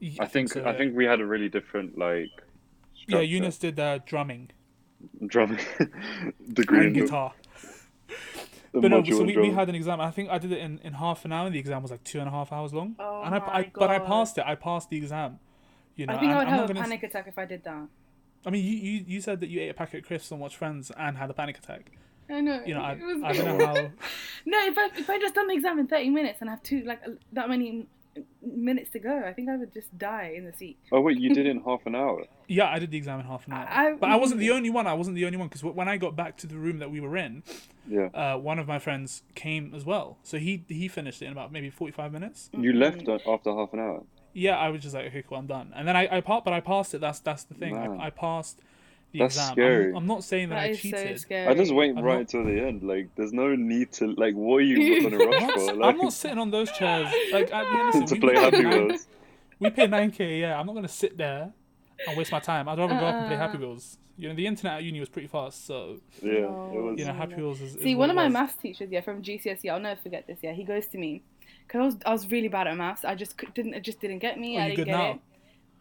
A: Y-
B: I think
A: so,
B: I think we had a really different like.
A: yeah.
B: structure.
A: Eunice did uh, drumming
B: drumming degree
A: and
B: in the-
A: guitar.
B: the
A: But no,
B: module
A: so we,
B: in
A: we
B: drumming.
A: had an exam. I think I did it in, in half an hour. The exam was like two and a half hours long,
C: Oh
A: and I,
C: my
A: I but I
C: God.
A: passed it. I passed the exam. You know,
C: I think I
A: and
C: would
A: I'm not
C: have a
A: gonna s-
C: panic attack if I did that.
A: I mean, you, you you said that you ate a packet of crisps and watched Friends and had a panic attack.
C: I know.
A: You know, I,
C: it was-
A: I don't know how.
C: No, if I, if I just done the exam in 30 minutes and have two, like, uh, that many m- minutes to go, I think I would just die in the seat.
B: Oh wait, you did it in half an hour.
A: Yeah, I did the exam in half an hour,
C: I-
A: but I wasn't the only one. I wasn't the only one because when I got back to the room that we were in,
B: Yeah,
A: uh, one of my friends came as well. So he he finished it in about maybe forty five minutes.
B: you left a- after half an hour.
A: Yeah, I was just like, okay, cool, I'm done. And then I I part, but I passed it. That's that's the thing.
B: Man.
A: I, I passed the
B: That's
A: exam. I'm-
B: scary.
A: I'm, not saying that,
C: That
A: I
C: is
A: cheated.
C: so scary.
B: I just wait
A: I'm
B: right
A: not-
B: till the end. Like, there's no need to like. What are you on a
A: I'm
B: rush
A: not,
B: for?
A: I'm
B: Like,
A: not sitting on those chairs. Like, I mean, listen,
B: to
A: we,
B: play
A: pay
B: Happy
A: nine-
B: Wheels.
A: we pay 9k, yeah. I'm not going to sit there and waste my time. I'd rather go up and play
C: Uh-uh.
A: Happy Wheels. You know, the internet at uni was pretty fast, so,
B: Yeah, it
C: No.
B: was.
A: you know,
C: Yeah.
A: Happy Wheels is. is
C: See,
A: what
C: one
A: it
C: of my
A: was.
C: maths teachers, yeah, from GCSE, E, I'll never forget this. Yeah, he goes to me because I was, I was really bad at maths. I just cou- didn't, it just didn't get me.
A: Are
C: I
A: Oh, you
C: didn't
A: good
C: get
A: now?
C: it.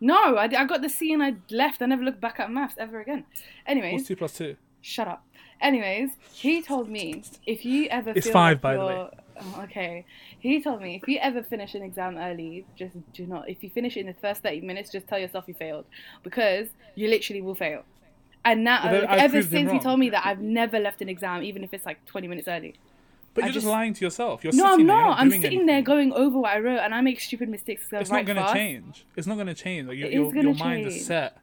C: No, I, di- I got the C and I left. I never looked back at maths ever again.
A: What's
C: Anyways,
A: 2 plus 2?
C: shut up. Anyways, he told me if you ever
A: It's
C: feel
A: five,
C: like
A: by the way.
C: you're- Oh, okay, he told me if you ever finish an exam early, just do not. If you finish it in the first thirty minutes, just tell yourself you failed because you literally will fail. And now,
A: But then
C: like,
A: I
C: ever
A: proved him
C: since he
A: wrong.
C: told me that, I've never left an exam, even if it's like twenty minutes early.
A: But
C: I
A: you're just,
C: just-
A: lying to yourself. You're
C: No,
A: sitting there.
C: I'm not.
A: You're not
C: I'm
A: doing
C: sitting there going over what I wrote, and I make stupid mistakes. 'cause I
A: It's
C: write
A: not going to
C: fast.
A: change. It's not going to change. Like, your,
C: It is
A: your,
C: gonna
A: your mind is
C: change.
A: set.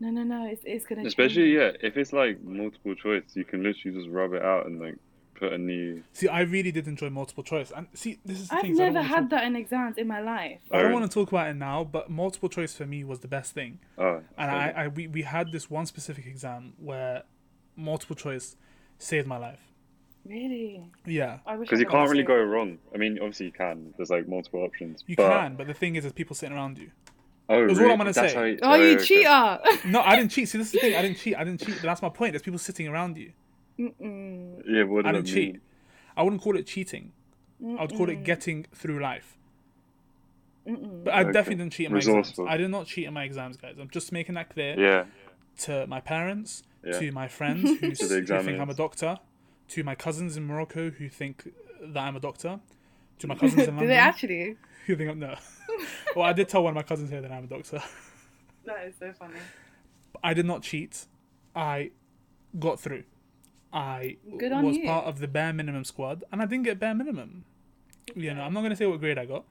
C: No, no, no. It's, it's gonna change.
B: Especially yeah, if it's like multiple choice, you can literally just rub it out and like put a new.
A: See, I really did enjoy multiple choice. And see, this is the
C: I've
A: thing. is I don't
C: never
A: wanna
C: had
A: talk-
C: that in exams in my life.
A: I don't
B: Alright.
A: want to talk about it now, but multiple choice for me was the best thing.
B: Oh,
A: and I,
B: okay.
A: I we, we had this one specific exam where multiple choice saved my life
C: Really,
A: yeah
C: I wish. I
B: Because you
C: could
B: can't really
C: say-
B: go wrong. I mean, obviously you can. There's like multiple options.
A: you
B: but,
A: can but the thing is there's people sitting around you
B: Oh,
A: That's all
B: really?
A: I'm gonna
B: That's
A: say.
B: how you-
C: Oh, you
B: okay.
C: cheater!
A: no i didn't cheat see this is the thing i didn't cheat i didn't cheat but that's my point there's people sitting around you
C: Mm-mm.
B: Yeah, what does
A: i
B: that
A: didn't cheat
B: mean?
A: i wouldn't call it cheating i would call it getting through life
C: Mm-mm.
A: but i
B: Okay.
A: definitely didn't cheat in my
B: Resourceful.
A: exams i did not cheat in my exams guys i'm just making that clear
B: Yeah,
A: to my parents
B: Yeah.
A: to my friends who, s- who think i'm a
B: examiners.
A: doctor to my cousins in morocco who think that i'm a doctor to my cousins in london
C: Do they actually?
A: You think I'm no? well, I did tell one of my cousins here that I'm a doctor.
C: That is so funny.
A: I did not cheat. I got through. I
C: Good on
A: was
C: you.
A: part of the bare minimum squad, and I didn't get bare minimum. You know, I'm not gonna say what grade I got,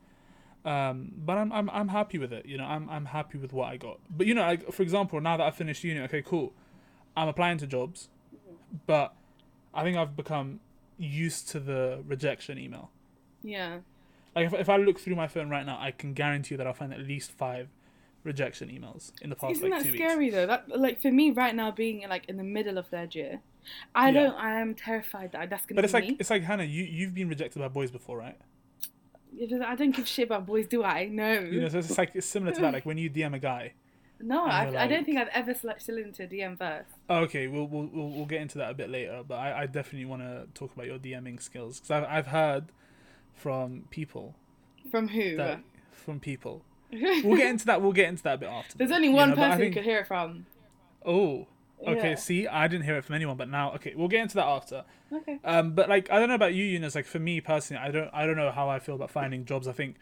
A: um, but I'm, I'm I'm happy with it. You know, I'm I'm happy with what I got. But you know, like for example, now that I finished uni, okay, cool. I'm applying to jobs, but I think I've become used to the rejection email.
C: Yeah.
A: Like if, if I look through my phone right now, I can guarantee you that I'll find at least five rejection emails in the past
C: Isn't
A: like
C: that
A: two
C: scary
A: weeks.
C: though? That like for me right now, being like in the middle of third year, I
A: Yeah.
C: don't. I am terrified that that's gonna
A: But it's
C: be
A: like
C: me.
A: it's like Hannah, you you've been rejected by boys before, right?
C: Because I don't give shit about boys, do I? No.
A: You know, so it's like it's similar to that. Like when you DM a guy,
C: no,
A: and
C: I,
A: you're
C: I don't
A: like-
C: think I've ever sl- into a DM first.
A: Oh, okay, we'll we'll we'll, we'll get into that a bit later. But I, I definitely want to talk about your DMing skills because I've I've heard from people
C: From who?
A: that from people. We'll get into that. We'll get into that a bit after.
C: There's
A: though,
C: only
A: you
C: one
A: know, but I
C: person you
A: think-
C: could hear it from.
A: Oh, Okay,
C: Yeah.
A: see, I didn't hear it from anyone, but now okay, we'll get into that after.
C: Okay.
A: Um, but like I don't know about you, Eunice. Like for me personally, I don't I don't know how I feel about finding jobs. I think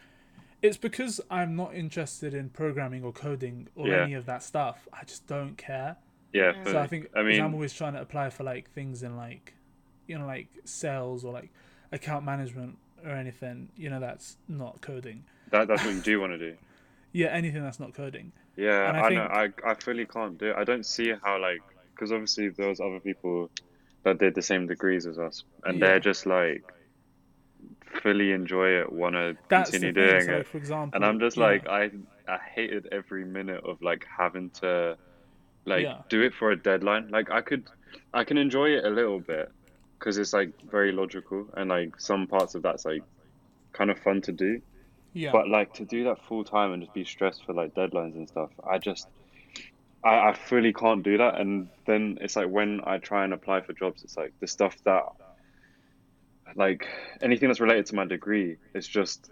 A: it's because I'm not interested in programming or coding or
B: Yeah.
A: any of that stuff. I just don't care.
B: Yeah.
C: So
B: fully.
A: So I think
B: I
A: 'cause I'm
B: mean,
A: always trying to apply for like things in like you know like sales or like account management or anything. You know that's not coding.
B: that that's what you do want to do.
A: Yeah, anything that's not coding.
B: Yeah,
A: And I
B: I, know. I I fully can't do it. I don't see how like because obviously there was other people that did the same degrees as us, and
A: Yeah.
B: they're just like fully enjoy it, want to
A: That's
B: continue
A: the thing.
B: doing
A: so, like,
B: it.
A: for example,
B: And I'm just
A: yeah.
B: like uh, I I hated every minute of like having to like
A: Yeah.
B: do it for a deadline. Like I could I can enjoy it a little bit because it's like very logical and like some parts of that's like kind of fun to do.
A: yeah.
B: But like to do that full time and just be stressed for like deadlines and stuff, I just I, I fully can't do that. And then it's like when I try and apply for jobs, it's like the stuff that like anything that's related to my degree is just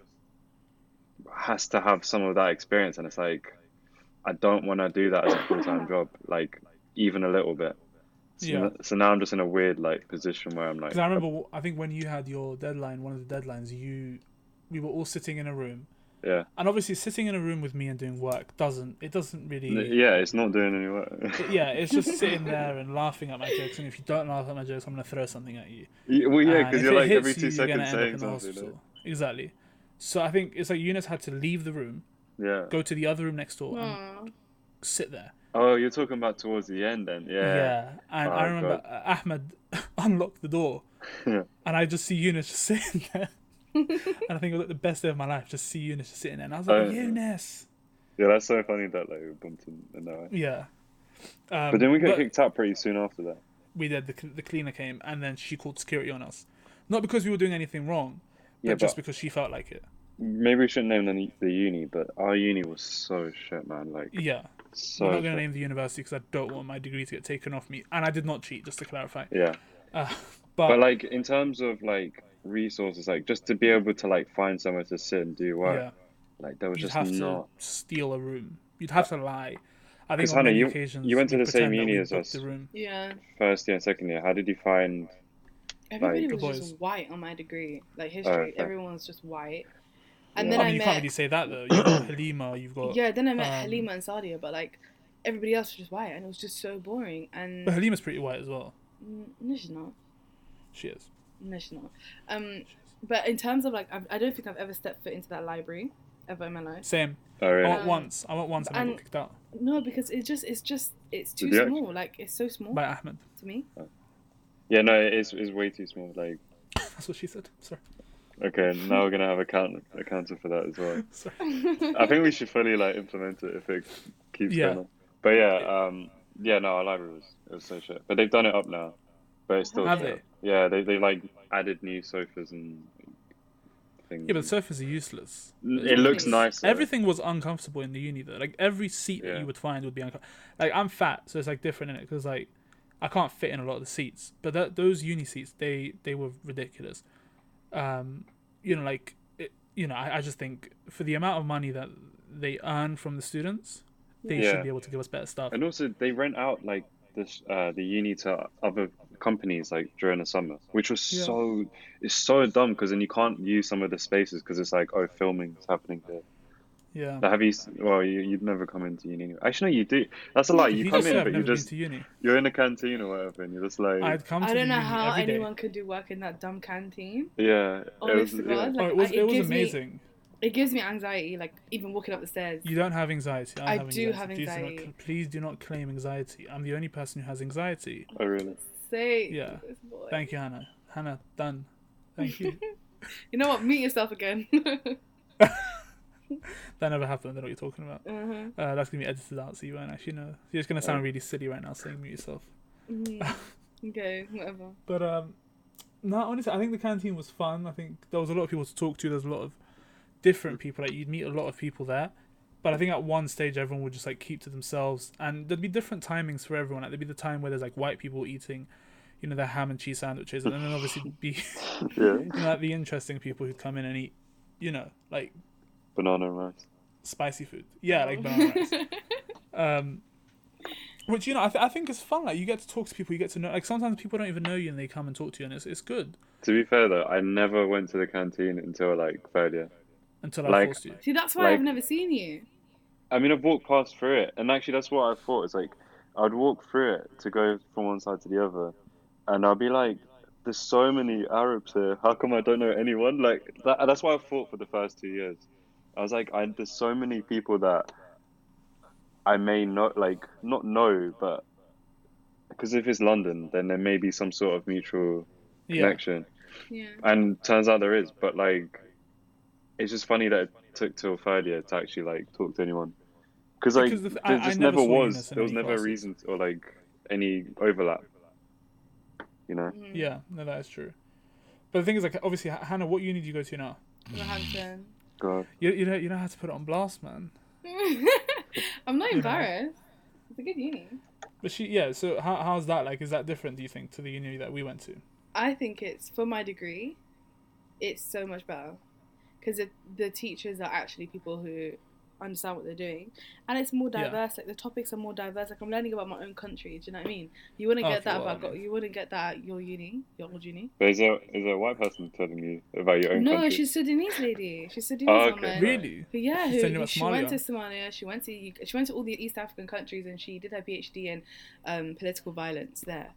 B: has to have some of that experience and it's like I don't want to do that as a full time job, like even a little bit. So,
A: Yeah.
B: so now I'm just in a weird like position where I'm like,
A: Because I remember, I think when you had your deadline, one of the deadlines, you, we were all sitting in a room,
B: yeah,
A: and obviously sitting in a room with me and doing work doesn't, it doesn't really,
B: yeah, it's not doing any work.
A: yeah, it's just sitting there and laughing at my jokes, and if you don't laugh at my jokes, I'm gonna throw something at you.
B: Yeah, well, yeah,
A: And Uh,
B: because
A: if
B: you're
A: it
B: like
A: hits
B: every
A: you,
B: two
A: you're gonna end
B: seconds
A: up
B: saying
A: in the
B: something. like-
A: hospital. Exactly. So I think it's like Eunice had to leave the room,
B: Yeah.
A: go to the other room next door, and
C: Aw.
A: sit there.
B: Oh, you're talking about towards the end then. Yeah.
A: Yeah, and
B: Oh,
A: I remember uh, Ahmed unlocked the door,
B: Yeah.
A: and I just see Eunice just sitting there. and I think it was like the best day of my life, just see Eunice just sitting there. And I was like,
B: Oh.
A: Eunice!
B: Yeah, that's so funny that like we bumped in in that way.
A: Yeah. Um,
B: But then we got kicked out pretty soon after that.
A: we did. The, the cleaner came, and then she called security on us. Not because we were doing anything wrong, but
B: Yeah,
A: just
B: but-
A: because she felt like it.
B: Maybe we shouldn't name the, the uni, but our uni was so shit, man. Like
A: Yeah.
B: so.
A: we're not going
B: shit.
A: to name the university because I don't want my degree to get taken off me. And I did not cheat, just to clarify.
B: Yeah.
A: Uh,
B: But like in terms of like resources, like just to be able to like find somewhere to sit and do work,
A: yeah.
B: like there was
A: You'd
B: just
A: have
B: not.
A: to steal a room. You'd have to lie. I think
B: 'Cause
A: on
B: Hannah,
A: many
B: you-
A: occasions
B: you went to
A: we'd
B: the same
A: pretend that
B: uni
A: we
B: as
A: booked
B: us.
A: The room.
C: Yeah.
B: First year and second year, how did you find?
C: Everybody
B: Like- Oh,
C: was
A: Good boys.
C: just white on my degree. Like history,
B: okay.
C: everyone was just white. And
B: Yeah.
C: then
A: I mean,
C: I,
A: Oh, you
C: met
A: can't really say that though. You've got Halima, you've got.
C: Yeah, then I met
A: um,
C: Halima and Sadia, but like everybody else was just white and it was just so boring and
A: But Halima's pretty white as well.
C: Mm, no she's not.
A: She is.
C: No she's not. Um but in terms of like I, I don't think I've ever stepped foot into that library ever in my life.
A: Same.
B: Oh,
A: I
B: really?
A: went once. I went once and, I
C: and-
A: got kicked out
C: No, because it's just it's just it's too
B: Yeah.
C: small. Like it's so small
A: by Ahmed.
C: to me.
B: yeah, no, it is, it's way too small. Like,
A: That's what she said. Sorry.
B: okay, now we're gonna have a count a counter for that as well.
A: Sorry.
B: I think we should fully like implement it if it keeps
A: Yeah.
B: going on. But yeah, um, yeah, no, our library was it was so shit. But they've done it up now, but it's still
A: Have
B: shit.
A: they?
B: Yeah, they they like added new sofas and things.
A: Yeah, but sofas are useless.
B: it looks nice.
A: Everything was uncomfortable in the uni though. Like every seat that
B: Yeah.
A: you would find would be uncomfortable. Like I'm fat, so it's like different in it because like I can't fit in a lot of the seats. But that, those uni seats, they they were ridiculous. Um, you know, like it, you know, I, I just think for the amount of money that they earn from the students, they should
B: Yeah.
A: be able to give us better stuff.
B: And also, they rent out like this uh, the uni to other companies like during the summer, which was
A: Yeah.
B: so it's so dumb because then you can't use some of the spaces because it's like oh, filming's happening here.
A: Yeah.
B: Like, have you? s- Well, you, you'd never come into uni. Anyway. Actually, no, you do. That's a lie. You,
A: You
B: come
A: just say
B: in,
A: I've
B: but you
A: never been
B: just
A: to uni.
B: you're in a canteen or whatever, and you're just like
A: I'd come to
C: I
A: the
C: don't know
A: uni
C: how
A: every day.
C: anyone could do work in that dumb canteen.
B: yeah. it
C: Honest
B: was-
C: to God,
B: yeah.
A: Oh,
C: like,
A: it was
C: I-
A: it was
C: gives me-
A: amazing.
C: It gives me anxiety, like even walking up the stairs.
A: You don't have anxiety. I,
C: I
A: have
C: do
A: anxiety.
C: have
A: Please do not
C: anxiety.
A: cl- please do not claim anxiety. I'm the only person who has anxiety.
B: Oh really?
C: Say,
A: Yeah.
C: this boy.
A: Thank you, Hannah. Hannah, done. Thank you.
C: You know what? Meet yourself again.
A: that never happened. I don't know what you're talking about.
C: uh-huh.
A: Uh, that's gonna be edited out, so you won't actually know. You're just gonna sound really silly right now saying mute yourself.
C: Mhm. okay, whatever.
A: But um, no, honestly, I think the canteen was fun. I think there was a lot of people to talk to. There's a lot of different people. Like you'd meet a lot of people there. But I think at one stage everyone would just like keep to themselves, and there'd be different timings for everyone. Like there'd be the time where there's like white people eating, you know, their ham and cheese sandwiches, and then obviously be
B: Yeah.
A: you know, like the interesting people who'd come in and eat, you know, like
B: Banana and rice.
A: spicy food. Yeah, like banana rice. Um, Which you know, I, th- I think it's fun. Like you get to talk to people, you get to know. Like sometimes people don't even know you, and they come and talk to you, and it's it's good
B: To be fair though, I never went to the canteen until like third year.
A: until I
B: Like-
A: forced you.
C: See, that's why I've
B: Like-
C: never seen you.
B: I mean, I've walked past through it, and actually, that's what I thought. It's like I'd walk through it to go from one side to the other, and I'll be like, "There's so many Arabs here. How come I don't know anyone?" Like that, that's what I thought for the first two years. I was like, I, "There's so many people that I may not like, not know, but because if it's London, then there may be some sort of mutual
A: Yeah,
B: connection."
C: Yeah.
B: And turns out there is, but like, it's just funny that it took till third year to actually like talk to anyone, because like
A: Because the th-
B: there
A: I- I
B: just
A: never saw
B: never,
A: you in
B: was.
A: this in
B: There was
A: any
B: never a
A: classes.
B: reason to- or like any overlap. You know,
C: Mm.
A: yeah, no, that is true. But the thing is, like, obviously, H- Hannah, what uni do you go to now?
C: Southampton.
B: God,
A: You you know you know how to put it on blast, man.
C: I'm not embarrassed. It's a good uni.
A: But she, yeah. So how how's that? Like, is that different? Do you think to the uni that we went to?
C: I think it's for my degree. It's so much better because the, the teachers are actually people who understand what they're doing, and it's more
A: Yeah.
C: diverse. Like the topics are more diverse. Like I'm learning about my own country. Do you know what I mean? You wouldn't
A: Oh,
C: get
A: for
C: that
A: what I
C: about go
A: mean.
C: you wouldn't get that at your uni, your old uni.
B: but is there is there a white person telling you about your own
C: No,
B: country?
C: she's Sudanese lady. She's Sudanese
B: Oh, okay.
C: woman.
B: Really?
A: Really?
C: But yeah,
A: She's
C: who,
A: telling you about
C: she went to
A: Somalia.
C: Somalia. She went to U- she went to all the East African countries, and she did her PhD in um, political violence there.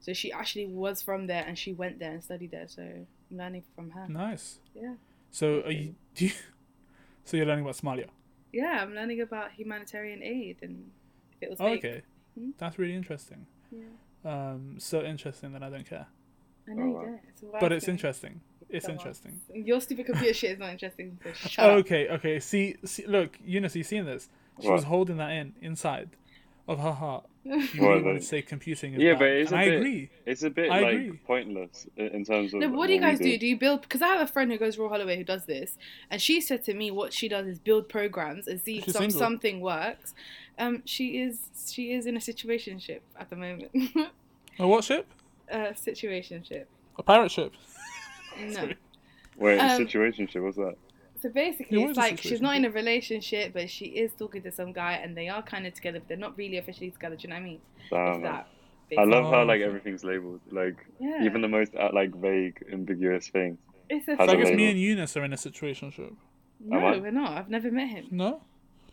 C: So she actually was from there, and she went there and studied there. So I'm learning from her.
A: Nice.
C: Yeah,
A: So are you? Do you so you're learning about Somalia.
C: yeah, I'm learning about humanitarian aid and if it was
A: Oh,
C: fake.
A: okay,
C: Hmm?
A: that's really interesting.
C: Yeah.
A: Um, so interesting that I don't care,
C: I know
B: Oh,
C: you
B: wow.
C: don't. It's a
A: but
C: wild
A: it's
C: thing.
A: interesting. It's
C: Come on.
A: interesting.
C: Your stupid computer shit is not interesting. So shut up.
A: Okay, okay. See, see, look, Eunice, you seen this? She was
B: What?
A: holding that in inside of her heart. She
B: Well,
A: really wanted
B: then-
A: to say computing is
B: Yeah,
A: bad.
B: but it is
A: and
B: a
A: I
B: bit-
A: agree.
B: It's a bit
A: I
B: like
A: agree.
B: pointless i- in terms of.
C: No, but what do you
B: we
C: guys do? Do you build? Because I have a friend who goes Raw Holloway who does this, and she said to me, what she does is build programs and see if
A: She's
C: some,
A: single.
C: something works. Um, she is she is in a situationship at the moment.
A: A what ship?
C: uh, situationship.
A: A pirate ship.
C: No.
A: Sorry.
B: Wait,
C: Um,
B: situationship. What's that?
C: So basically,
A: Yeah, what
C: it's
A: is a
C: like she's not in a relationship, but she is talking to some guy, and they are kind of together, but they're not really officially together. Do you know what I mean?
B: Damn.
C: It's that.
B: I love
A: Oh,
B: how like
A: okay.
B: everything's labeled. Like
C: Yeah.
B: even the most uh, like vague, ambiguous things.
C: It's a
B: How
A: So I
B: do
A: guess
B: they-
C: thing.
A: me and Eunice are in a situation ship.
C: No,
B: Am I?
C: we're not. I've never met him.
A: No?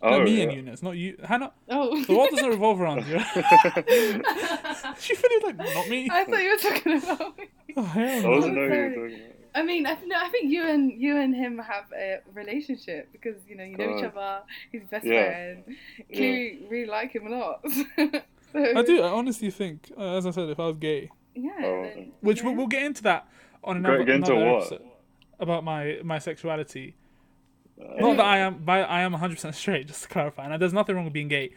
B: Oh,
A: no, me
B: yeah.
A: and Eunice, not you. Hannah,
C: Oh.
A: the world doesn't revolve around you.
C: I
A: she finished like, not me.
C: thought you were talking about me.
A: Oh, hell
B: I
A: no.
B: wasn't know what you were
C: Sorry.
B: talking about.
C: I mean, I, no, I think you and you and him have a relationship because you know you know each
B: God.
C: other. He's best
B: Yeah.
C: friend. Clearly, really like him a lot. so,
A: I do. I honestly think, uh, as I said, if I was gay,
C: Yeah.
B: Oh,
C: then,
A: which
C: you
A: we'll,
C: know.
A: we'll get into that on
B: Go-
A: another,
B: get into
A: another
B: what?
A: episode about my my sexuality.
B: Uh,
A: Not that I am, but I am 100% straight. Just to clarify, and there's nothing wrong with being gay,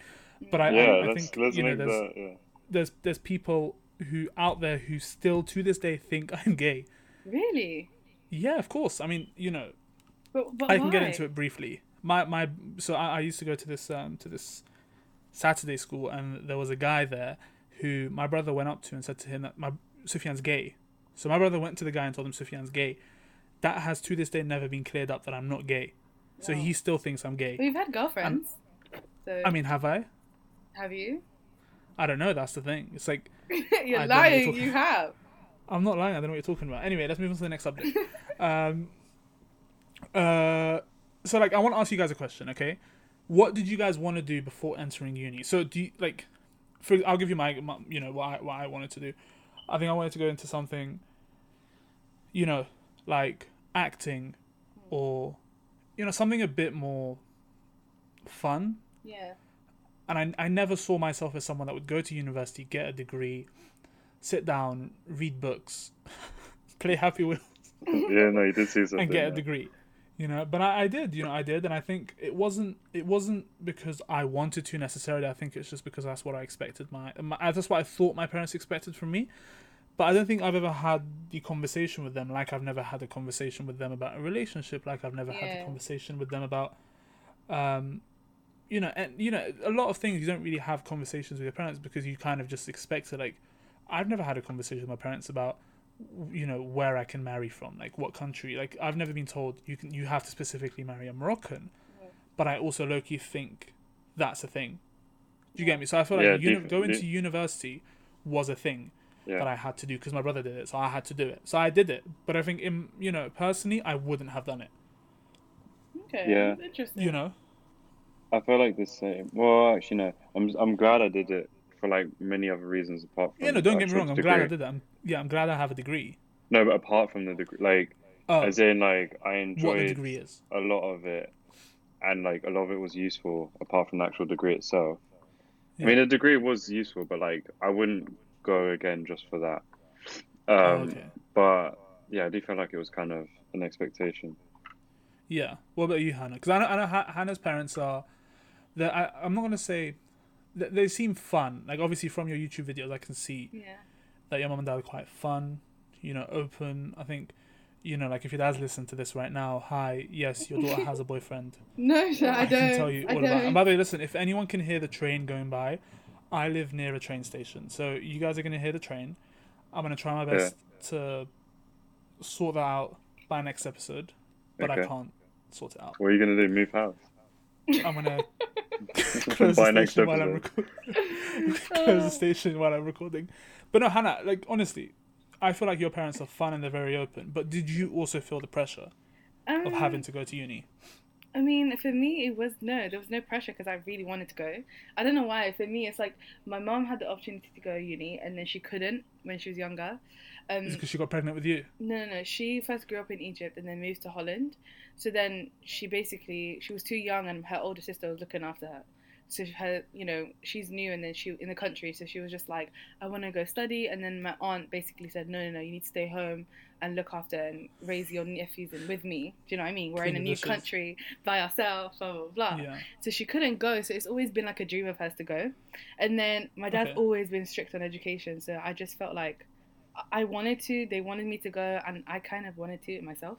A: but I, I-
B: Yeah,
A: I,
B: let's,
A: think
B: let's
A: you know
B: make
A: there's,
B: that. Yeah.
A: there's there's people who out there who still to this day think I'm gay.
C: Really.
A: Yeah, of course. I mean, you know,
C: But, but
A: I can get
C: why?
A: into it briefly. My my so I, I used to go to this um to this Saturday school and there was a guy there who my brother went up to and said to him that my Sufyan's gay. So my brother went to the guy and told him Sufyan's gay. That has to this day never been cleared up that I'm not gay. So
C: Wow.
A: he still thinks I'm gay.
C: We've had girlfriends. so
A: I mean, have I?
C: have you?
A: I don't know. That's the thing. It's like I
C: You're
A: don't know what you're
C: lying.
A: talking
C: You have.
A: I'm not lying. I don't know what you're talking about. Anyway, let's move on to the next subject. um, uh, so like, I want to ask you guys a question. Okay, what did you guys want to do before entering uni? So do you like? For I'll give you my, my you know what I, what I wanted to do. I think I wanted to go into something. You know, like acting, or you know something a bit more fun
C: Yeah.
A: and I, I never saw myself as someone that would go to university, get a degree, sit down, read books, play Happy Wheels,
B: yeah, no, you did see something.
A: and get a
B: yeah.
A: degree. You know, but I, I did. You know, I did, and I think it wasn't it wasn't because I wanted to necessarily. I think it's just because that's what I expected. My, my that's what I thought my parents expected from me. But I don't think I've ever had the conversation with them like I've never had a conversation with them about a relationship, like I've never had
C: Yeah.
A: a conversation with them about um you know, and you know, a lot of things you don't really have conversations with your parents because you kind of just expect it. Like, I've never had a conversation with my parents about, you know, where I can marry from, like what country. Like, I've never been told you can you have to specifically marry a Moroccan, but I also low key think that's a thing. Do you get me? So I feel like
B: Yeah,
A: uni-
B: def-
A: going
B: de-
A: to university was a thing
B: Yeah.
A: that I had to do because my brother did it, so I had to do it. So I did it, but I think, in, you know, personally, I wouldn't have done it.
C: Okay.
B: Yeah.
C: that's Interesting.
A: You know,
B: I feel like the same. Well, actually, no. I'm I'm glad I did it for like many other reasons apart from.
A: yeah, no, don't
B: the
A: get me wrong.
B: actual
A: I'm glad I
B: degree.
A: did that. I'm, yeah, I'm glad I have a degree.
B: No, but apart from the degree, like
A: Oh,
B: as in like I
A: what the
B: enjoyed
A: degree is?
B: a lot of it, and like a lot of it was useful apart from the actual degree itself.
A: Yeah.
B: I mean, the degree was useful, but like I wouldn't go again just for that.
A: Oh,
B: Um,
A: okay.
B: But yeah, I do feel like it was kind of an expectation.
A: Yeah. What about you, Hannah? Because I know, I know Ha- Hannah's parents are. they're- I, I'm not gonna say. They, they seem fun. Like obviously from your YouTube videos, I can see
C: Yeah.
A: that your mum and dad are quite fun. You know, open. I think. You know, like if your dad's listening to this right now, hi, yes, your daughter has a boyfriend.
C: No, Sha, I, don't.
A: can tell you all
C: I don't.
A: about. And by the way, listen, if anyone can hear the train going by, I live near a train station, so you guys are gonna hear the train. I'm gonna try my
B: Yeah.
A: best to sort that out by next episode, but I
B: Okay.
A: can't sort it out.
B: What are you gonna do? Move house?
A: I'm gonna close the
B: By next
A: station while I'm
B: episode.
A: recording. close the station while I'm recording. But no, Hannah, like honestly, I feel like your parents are fun and they're very open. But did you also feel the pressure of
C: Um,
A: having to go to uni?
C: I mean, for me, it was no, there was no pressure because I really wanted to go. I don't know why. For me, it's like my mom had the opportunity to go uni and then she couldn't when she was younger. Um,
A: Is because she got pregnant with you?
C: no, no, no. She first grew up in Egypt and then moved to Holland. So then she basically she was too young and her older sister was looking after her. So her, you know, she's new and then she in the country. So she was just like, I want to go study. And then my aunt basically said, No, no, no, you need to stay home and look after and raise your nephews and with me. Do you know what I mean? We're in a
A: Clean the
C: new
A: dishes.
C: country by ourselves, blah blah blah.
A: Yeah.
C: So she couldn't go. So it's always been like a dream of hers to go. And then my dad's
A: Okay.
C: always been strict on education. So I just felt like I- I wanted to. They wanted me to go, and I kind of wanted to myself.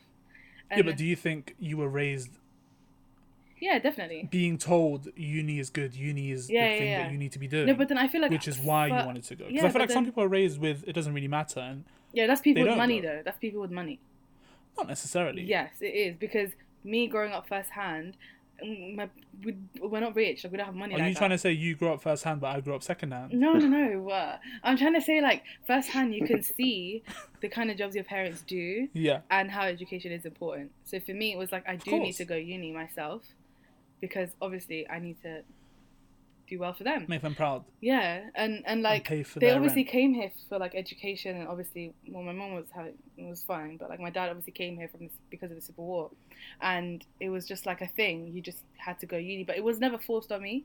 A: Yeah,
C: And
A: but do you think you were raised
C: yeah, definitely.
A: being told uni is good, uni is
C: Yeah,
A: the
C: yeah,
A: thing
C: yeah.
A: that you need to be doing,
C: No, but then I feel like
A: which is why you
C: but-
A: wanted to go? Because
C: yeah,
A: I
C: but
A: feel like some
C: then-
A: people are raised with it doesn't really matter, and
C: Yeah, that's people
A: They
C: with
A: don't,
C: money
A: though.
C: though. That's people with money.
A: not necessarily.
C: Yes, it is because me growing up firsthand, mm, my, we, we're not rich. Like we don't have money.
A: Are
C: like
A: you
C: that.
A: trying to say you grew up first hand, but I grew up second hand?
C: No, no, no. Uh, I'm trying to say like firsthand, you can see the kind of jobs your parents do.
A: Yeah.
C: and how education is important. So for me, it was like I do need
A: course.
C: to go uni myself because obviously I need to do well for them.
A: Make them proud.
C: Yeah, and and
A: and
C: like
A: pay for
C: they
A: their
C: obviously
A: rent.
C: came here for like education and obviously well my mom was having was fine but like my dad obviously came here from this because of the civil war and it was just like a thing you just had to go uni but it was never forced on me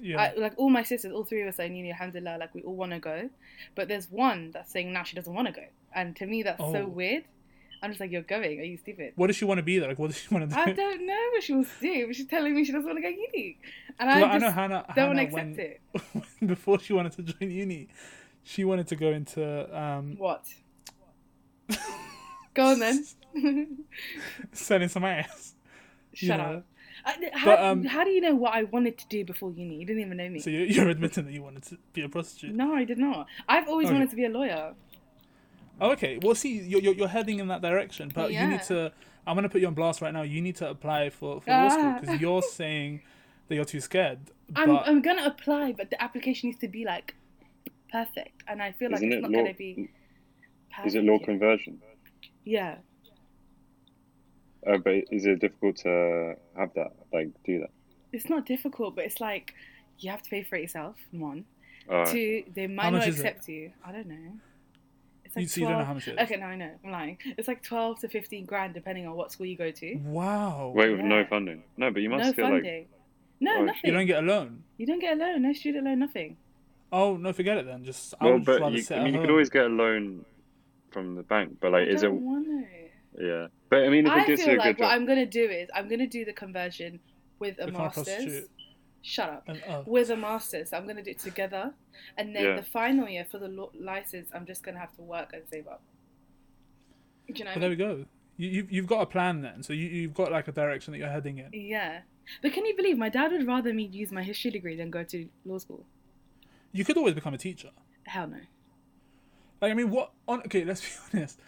A: Yeah.
C: I, like all my sisters all three of us are in uni alhamdulillah like we all want to go but there's one that's saying now she doesn't want to go and to me that's
A: Oh.
C: so weird I'm just like you're going are you stupid
A: What does she want to be though? Like, what does she want to do?
C: I don't know what she wants to do, but she's telling me she doesn't want to go uni. And I
A: Well, I,
C: just
A: know Hannah.
C: don't want to
A: Hannah,
C: accept
A: when,
C: it.
A: before she wanted to join uni, she wanted to go into um,
C: What? go on then.
A: selling some ass. you
C: Shut
A: know?
C: up. I, how,
A: But, um,
C: how do you know what I wanted to do before uni? You didn't even know me.
A: So you're, you're admitting that you wanted to be a prostitute.
C: no, I did not. I've always
A: Okay.
C: wanted to be a lawyer.
A: Oh, okay. Well, see, you're, you're, you're heading in that direction, but you
C: Yeah.
A: need to. I'm gonna put you on blast right now. You need to apply for for law school
C: Ah.
A: because you're saying that you're too scared.
C: I'm,
A: but
C: I'm going to apply, but the application needs to be like perfect. And I feel like
B: Isn't
C: it's
B: it
C: not
B: law- Mm.
C: going to be perfect.
B: Is it law
C: yet.
B: conversion?
C: Yeah.
B: Uh, but is it difficult to have that? Like do that?
C: It's not difficult, but it's like you have to pay for it yourself, one.
B: Uh,
C: Two, they might
A: much
C: not
A: is it?
C: accept you. I don't know. It's
A: you, so you don't know how much it is.
C: Okay, no, I know. I'm lying. It's like 12 to 15 grand depending on what school you go to.
A: Wow.
B: wait, with no
C: yeah.
B: funding. No, but you must
C: No
B: feel
C: funding.
B: like
C: no,
B: Oh,
A: You
C: nothing.
A: don't get a loan.
C: You don't get a loan, no student loan, nothing.
A: Oh no, forget it then. Just I
B: well,
A: would just
B: but
A: rather
B: you,
A: sit
B: I mean,
A: at
B: you
A: home.
B: could always get a loan from the bank. But like,
C: I
B: is it?
C: don't want it.
B: Yeah. But I mean, if
C: I
B: it gets you
C: feel
B: a
C: like
B: good
C: what
B: job,
C: I'm going to do is I'm going to do the conversion with a
A: Become a
C: master's.
A: prostitute.
C: Shut up.
A: And, oh.
C: With a master's. I'm going to do it together. And then
B: Yeah.
C: the final year for the law- license, I'm just going to have to work and save up. Do you know what I
A: But
C: mean?
A: there we go. You, you've, you've got a plan then. So you, you've got like a direction that you're heading in.
C: Yeah. But can you believe my dad would rather me use my history degree than go to law school?
A: You could always become a teacher.
C: Hell no.
A: Like I mean, what on? Okay, let's be honest.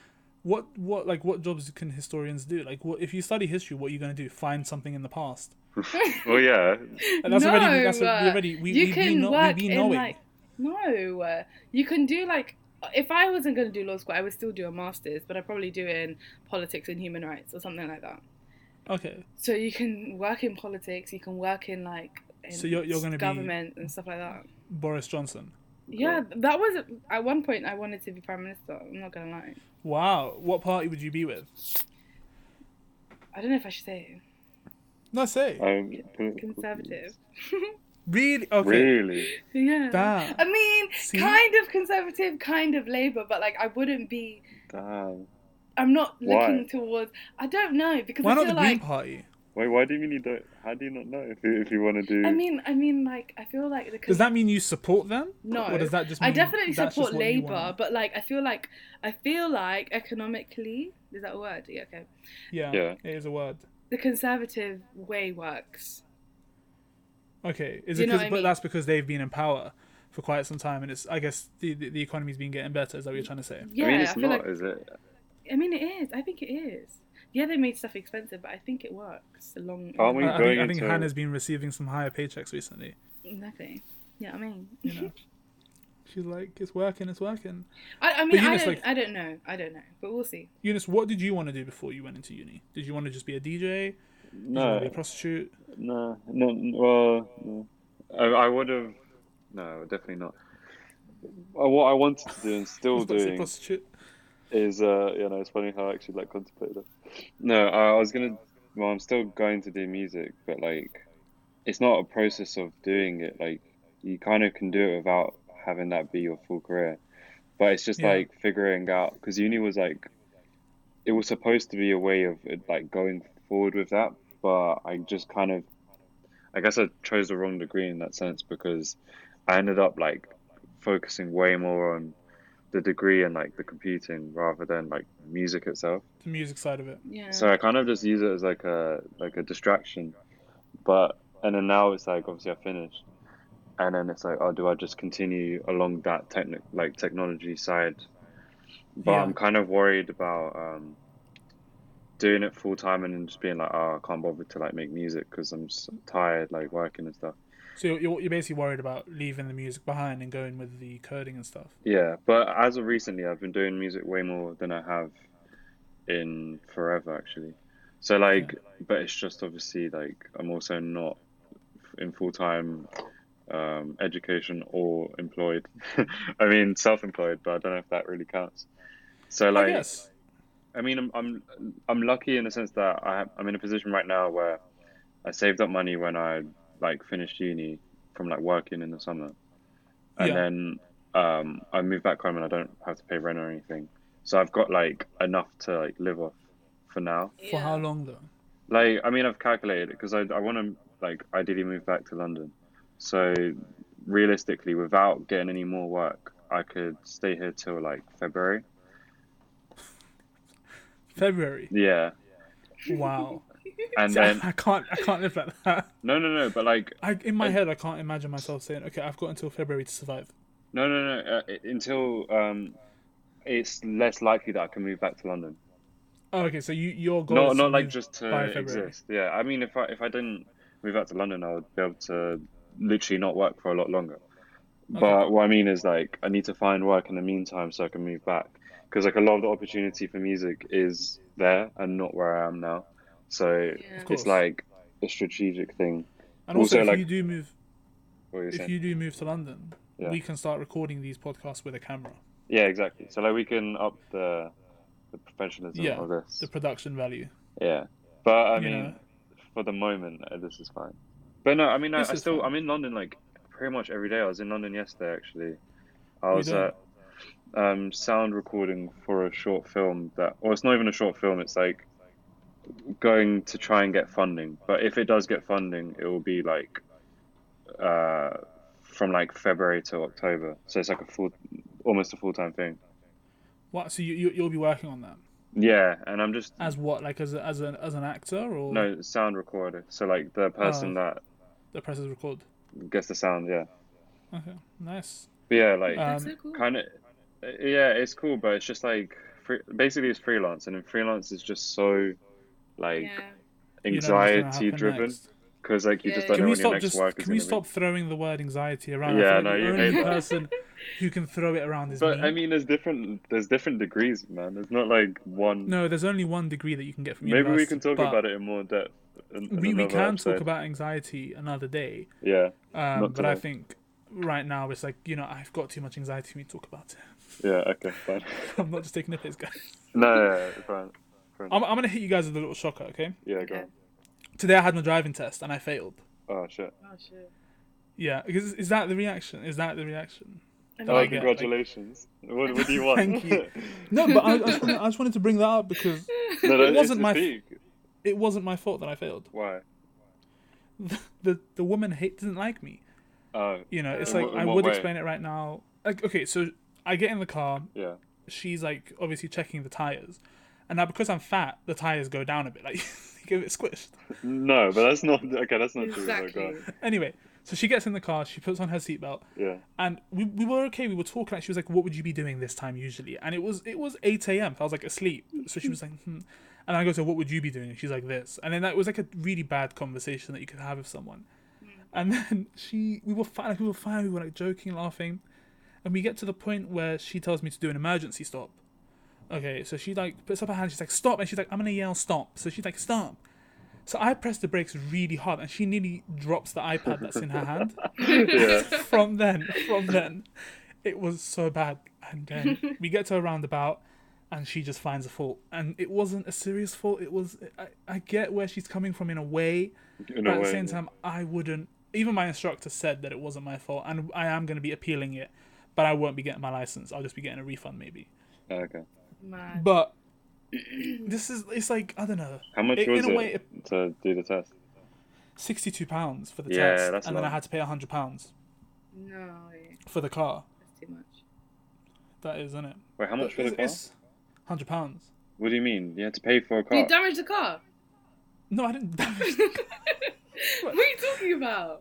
A: what what like what jobs can historians do? Like, what if you study history? What are you going to do? Find something in the past?
B: Well, yeah.
A: And that's
C: no,
A: already that's
C: uh,
A: already we
C: you
A: we,
C: can
A: we, know,
C: work
A: we be
C: in
A: knowing.
C: like no, uh, you can do like if I wasn't going to do law school, I would still do a master's, but I'd probably do it in politics and human rights or something like that.
A: okay,
C: So you can work in politics, you can work in like in
A: So you're- you're gonna be-
C: government and stuff like that.
A: Boris Johnson.
C: Yeah, that was at one point I wanted to be prime minister. I'm not gonna lie.
A: Wow, what party would you be with?
C: I don't know if I should say
A: No, say
B: Um,
C: it. conservative.
A: really. Okay,
B: Really?
C: yeah.
A: Damn.
C: I mean,
A: See?
C: kind of conservative, kind of Labour, but like I wouldn't be.
B: Damn.
C: I'm not
B: Why?
C: looking towards. I don't know because
A: why
C: I
A: not
C: feel
A: the Green
C: like.
A: Party?
B: Wait, why do you mean you don't? How do you not know if you, if you want to do?
C: I mean, I mean, like I feel like the.
A: Does that mean you support them?
C: No.
A: Or does that just?
C: I
A: mean
C: definitely
A: that's
C: support
A: just what you
C: Labour,
A: want?
C: but like I feel like I feel like economically is that a word? Yeah, okay.
A: Yeah,
B: Yeah.
A: it is a word.
C: The conservative way works.
A: Okay, is
C: Do
A: it
C: you know
A: because?
C: what I
A: But
C: mean?
A: that's because they've been in power for quite some time, and it's I guess the the, the economy's been getting better. Is that what you're trying to say?
C: Yeah,
B: I mean, it's
C: feel
B: not,
C: like
B: is it?
C: I mean it is. I think it is. Yeah, they made stuff expensive, but I think it works. Along
B: Are we
A: I, I think,
B: going
A: I think
B: into-
A: Hannah's been receiving some higher paychecks recently.
C: exactly. Yeah, I mean,
A: You know, she's like, it's working, it's working.
C: I, I mean, I
A: Eunice,
C: don't,
A: like-
C: I don't know, I don't know, but we'll see.
A: Eunice, what did you want to do before you went into uni? Did you want to just be a DJ? Did you want to be
B: No,
A: a prostitute?
B: no, no. n- Well, no. I, I would have. No, definitely not. Uh, What I wanted to do and
A: I
B: still
A: was about to say
B: doing
A: prostitute.
B: is, uh, you know, it's funny how I actually like contemplated it. No, I, I was gonna. Well, I'm still going to do music, but like, it's not a process of doing it. Like, you kind of can do it without having that be your full career. But it's just
A: Yeah.
B: like figuring out because uni was like, it was supposed to be a way of it, like going forward with that, but I just kind of, I guess I chose the wrong degree in that sense because I ended up like focusing way more on the degree and like the computing rather than like music itself.
A: The music side of it.
C: Yeah.
B: So I kind of just use it as like a like a distraction. But and then now it's like obviously I finished, and then it's like oh do I just continue along that technic like technology side? But
A: Yeah.
B: I'm kind of worried about um, doing it full time and then just being like oh I can't bother to like make music because I'm s tired like working and stuff.
A: So you're- you're, you're basically worried about leaving the music behind and going with the coding and stuff.
B: Yeah, but as of recently, I've been doing music way more than I have in forever, actually. So like, but it's just obviously like I'm also not in full time um, education or employed. I mean, self-employed, but I don't know if that really counts. So
A: I
B: like,
A: guess.
B: I mean, I'm I'm I'm lucky in the sense that I I'm in a position right now where I saved up money when I like finished uni from like working in the summer and
A: yeah.
B: then um, I move back home and I don't have to pay rent or anything. So I've got like enough to like live off for now.
A: For how
C: Yeah.
A: long though?
B: Like I mean, I've calculated it because I I want to like ideally move back to London. So realistically, without getting any more work, I could stay here till like February.
A: February.
B: Yeah,
A: Wow.
B: and
A: See, I,
B: then
A: I can't. I can't live like that.
B: no, no, no, but like
A: I, in my
B: And-
A: head, I can't imagine myself saying, "Okay, I've got until February to survive."
B: no, no, no, uh, until um, it's less likely that I can move back to London.
A: Oh, okay, so you your goal
B: No,
A: is
B: not
A: to
B: like
A: move
B: just
A: by
B: to
A: February.
B: exist. Yeah, I mean, if I if I didn't move out to London, I would be able to literally not work for a lot longer. But what I mean is, like, I need to find work in the meantime so I can move back because like a lot of the opportunity for music is there and not where I am now. So
C: Yeah. Of
A: course.
B: it's like a strategic thing.
A: And also,
B: Also,
A: if
B: like-
A: you do move,
B: What you're
A: if
B: saying?
A: you do move to London,
B: Yeah.
A: we can start recording these podcasts with a camera.
B: Yeah, exactly. So like we can up the the professionalism
A: Yeah,
B: of this.
A: The production value.
B: Yeah, but I
A: You
B: mean,
A: know.
B: for the moment, uh, this is fine. But no, I mean, I,
A: This
B: I
A: is
B: still
A: fine.
B: I'm in London like pretty much every day. I was in London yesterday actually. I
A: you
B: was
A: doing?
B: at um, sound recording for a short film that, or it's not even a short film. It's like going to try and get funding. But if it does get funding, it will be like uh, from like February to October. So it's like a full, almost a full time thing.
A: What? So you, you you'll be working on that
B: Yeah, and I'm just
A: as what? Like as a, as an as an actor or
B: no sound recorder. So like
A: Oh,
B: the person
A: the presses record.
B: that gets the sound. Yeah.
A: Okay, nice.
B: But yeah, like
A: Um,
C: That's so cool.
B: kind of, yeah, it's cool, but it's just like free, basically it's freelance, and then freelance is just so like
C: yeah.
A: You know what's gonna
B: anxiety
A: happen
B: driven
A: next.
B: because like you just
C: Yeah,
B: don't
A: Can we
B: know when your
A: stop
B: next
A: just?
B: work is
A: Can we
B: gonna be.
A: stop throwing the word anxiety around? I
B: Yeah,
A: feel
B: no,
A: like
B: you
A: the
B: hate
A: only
B: that.
A: person who can throw it around is
B: But
A: me.
B: I mean, there's different there's different degrees, man. There's not like one.
A: no, there's only one degree that you can get from
B: Maybe we can talk
A: but
B: about it in more depth. In, in
A: We, we
B: another
A: can
B: episode.
A: talk about anxiety another day.
B: Yeah,
A: Um,
B: Not
A: but I
B: today.
A: think right now it's like you know I've got too much anxiety for me to talk about it.
B: yeah, okay, fine.
A: I'm not just taking a piss, guys.
B: no, yeah, yeah, fine. fine.
A: I'm, I'm gonna hit you guys with a little shocker, okay?
B: yeah, go
C: Okay.
B: on.
A: Today I had my driving test and I failed.
B: Oh shit!
C: Oh shit.
A: Yeah, is, is that the reaction? Is that the reaction?
C: I
B: Oh,
A: like
C: mean,
A: it.
B: congratulations! What, what do you want?
A: Thank you. No, but I, I, just wanted, I just wanted to bring that up because
B: no, no,
A: It
B: it's
A: wasn't
B: the
A: my-
B: peak.
A: it wasn't my fault that I failed.
B: Why?
A: The the woman hate didn't like me.
B: Oh,
A: You know, it's
B: In
A: like
B: what- in
A: I
B: what
A: would
B: way?
A: explain it right now. Like, okay, so I get in the car.
B: yeah.
A: She's like obviously checking the tires, and now because I'm fat, the tires go down a bit. Like they get a bit squished.
B: No, but that's not okay. That's not true.
C: exactly.
B: Oh, God.
A: Anyway, so she gets in the car. She puts on her seatbelt.
B: Yeah.
A: and we, we were okay. We were talking. Like she was like, "What would you be doing this time usually?" And it was it was eight a.m. I was like asleep. So she was like, hmm. and I go, "So what would you be doing?" And she's like, "This." And then that was like a really bad conversation that you could have with someone. And then she, we were fine. Like we were fine. We were like joking, laughing, and we get to the point where she tells me to do an emergency stop. Okay, so she like puts up her hand. She's like, "Stop!" And she's like, "I'm gonna yell stop." So she's like, "Stop." So I press the brakes really hard, and she nearly drops the iPad that's in her hand
B: Yeah.
A: from then, from then, it was so bad. And then we get to a roundabout, and she just finds a fault. And it wasn't a serious fault. It was I, I get where she's coming from in a way,
B: In
A: but
B: a
A: at the
B: way.
A: same time, I wouldn't. Even my instructor said that it wasn't my fault, and I am going to be appealing it, but I won't be getting my license. I'll just be getting a refund maybe.
B: Oh, okay.
C: Mad.
A: But this is it's like I don't know.
B: How much
A: It- in
B: was
A: a
B: it
A: way,
B: to do the test?
A: Sixty-two pounds for the
B: Yeah,
A: test,
B: that's
A: and then I
B: long.
A: had to pay hundred pounds
C: No, yeah,
A: for the car.
C: that's too much.
A: That is, isn't it?
B: Wait, how much for the car?
A: Hundred pounds.
B: What do you mean? You had to pay for
A: Oh.
B: a car?
C: You damaged the car.
A: No, I didn't. damage the car.
C: what are you talking about?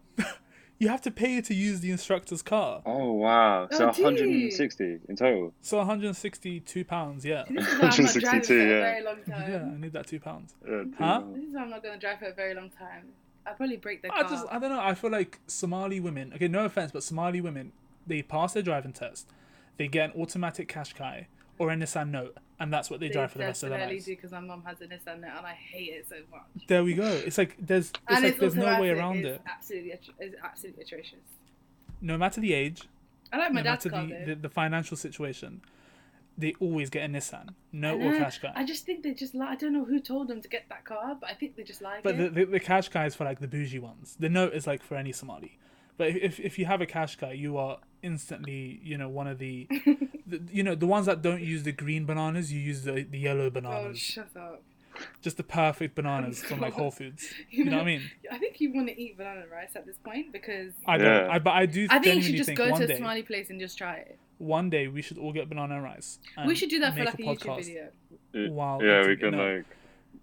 A: you have to pay to use the instructor's car.
B: Oh wow! So
C: Oh, dude.
B: 160 in total.
A: So 162 pounds. Yeah.
C: This is why I'm not driving for
B: 162,
C: a
B: yeah.
C: very long time.
A: Yeah, I need that two pounds.
B: Yeah, two
A: Huh?
B: months.
C: This is why I'm not going to drive for a very long time. I'll probably break the car.
A: I just, I don't know. I feel like Somali women. Okay, no offense, but Somali women, they pass their driving test, they get an automatic Qashqai or a Nissan Note, and that's what they, drive for the rest of their lives.
C: because my mum has a Nissan Note and I hate it so much.
A: There we go. It's like there's, it's
C: and
A: like
C: it's
A: there's no way
C: automatic.
A: around
C: it's
A: it.
C: Absolutely, atro- it's absolutely atrocious.
A: No matter the age,
C: I like my
A: no
C: dad's
A: matter
C: car
A: the,
C: though.
A: the, the financial situation, they always get a Nissan Note or
C: Nah,
A: Qashqai.
C: I just think they just lie. I don't know who told them to get that car, but I think they just like
A: But the,
C: it.
A: the, the cash guy is for like the bougie ones. The note is like for any Somali. But if, if, if you have a cash guy, you are instantly, you know, one of the, the you know, the ones that don't use the green bananas, you use the, the yellow
C: oh,
A: bananas.
C: shut up!
A: Just the perfect bananas from like
C: God.
A: Whole Foods. You know what I mean?
C: I think you want to eat banana rice at this point because
A: I
B: Yeah.
A: don't. I, but I do
C: I think you
A: genuinely
C: should just
A: think
C: go
A: one
C: to
A: day,
C: a Somali place and just try it.
A: one day we should all get banana rice.
C: we
A: and
C: should do that for
A: make
C: like a, YouTube video.
B: Y-
A: Wow,
B: Yeah, we
A: that's-
B: can
A: no.
B: like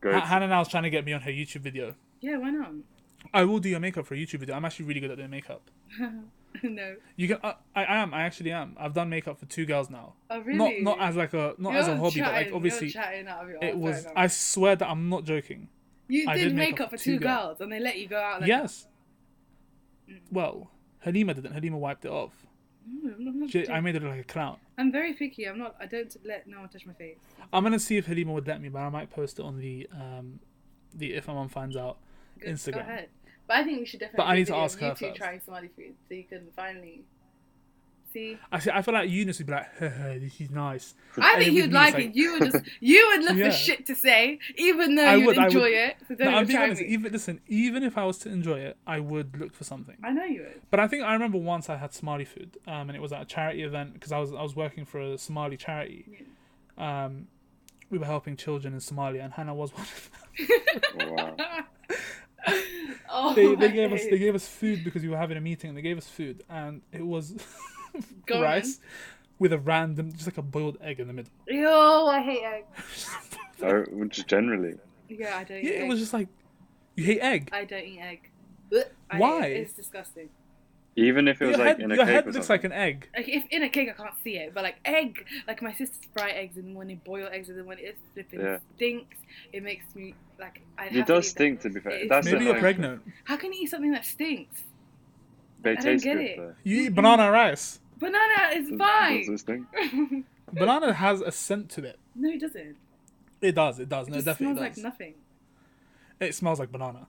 B: go.
A: Ha-
B: to-
A: Hannah now's trying to get me on her YouTube video.
C: Yeah, why not?
A: I will do your makeup for a YouTube video. I'm actually really good at doing makeup.
C: no.
A: You can. I, I am. I actually am. I've done makeup for two girls now.
C: Oh really?
A: Not not as like a not as a
C: You're
A: hobby, but
C: chatting-
A: like
C: you're
A: obviously
C: chatting Oh, out of your ass
A: it
C: right
A: was.
C: now.
A: I swear that I'm not joking.
C: You
A: I
C: did, make, up, for two
A: girls.
C: girls, and they let you go out. Like,
A: yes. Well, Halima didn't. Halima wiped it off.
C: "Mm, I'm, not- I'm not
A: She,
C: doing-
A: I made it look like a clown.
C: I'm very picky. I'm not. I don't let no one touch my face.
A: I'm gonna see if Halima would let me, but I might post it on the um, the if my mom finds out
C: Go, Go
A: Instagram.
C: ahead. But I think we should definitely.
A: But I
C: do a
A: need to
C: video of
A: ask her
C: you two
A: first.
C: trying Somali food, so you can finally see.
A: I see. I feel like Eunice would be like, "Haha, this is nice.
C: I
A: And it
C: think
A: would
C: you'd
A: be
C: like
A: like-
C: it. You would just. You would look
A: Yeah.
C: for shit to say, even though
A: I
C: you'd
A: would, I would.
C: enjoy it. So
A: No,
C: don't
A: I'm
C: even
A: being
C: try
A: honest.
C: me.
A: Even listen, even if I was to enjoy it, I would look for something.
C: I know you would.
A: But I think I remember once I had Somali food, um, and it was at a charity event because I was I was working for a Somali charity. Um, we were helping children in Somalia, and Hannah was one. Of them.
B: Wow.
C: Oh,
A: They,
C: my
A: they gave us they
C: days.
A: gave us food because we were having a meeting, and they gave us food, and it was
C: Go on.
A: rice with a random, just like a boiled egg in the middle.
C: Ew, I hate eggs.
B: Oh, well, just generally.
C: Yeah, I don't.
A: Yeah,
C: eat
A: it
C: egg.
A: was just like, you hate egg.
C: I don't eat egg. Blech. I hate it.
A: Why?
C: It's disgusting.
B: Even if it was
A: your
B: like
A: head,
B: in a
A: your
B: cake
A: head
B: or
A: looks like
B: something.
A: an egg.
C: Like if in a cake, I can't see it, but like egg, like my sisters fry eggs in the morning, boil eggs in the morning. It flipping
B: Yeah.
C: stinks. It makes me like. I
B: It does stink, to be fair.
C: It
B: That's
C: is
A: Maybe
B: the
A: you're
B: annoying
A: pregnant.
C: How can you eat something that stinks?
B: They
C: I don't
B: taste
C: get
B: good
C: it.
B: though.
A: You eat banana rice.
C: Banana is
B: Does- Does
C: fine.
B: this thing?
A: Banana has a scent to it.
C: no, it doesn't.
A: It does. It does.
C: It
A: No, it
C: just
A: definitely
C: smells
A: does.
C: like nothing.
A: it smells like banana.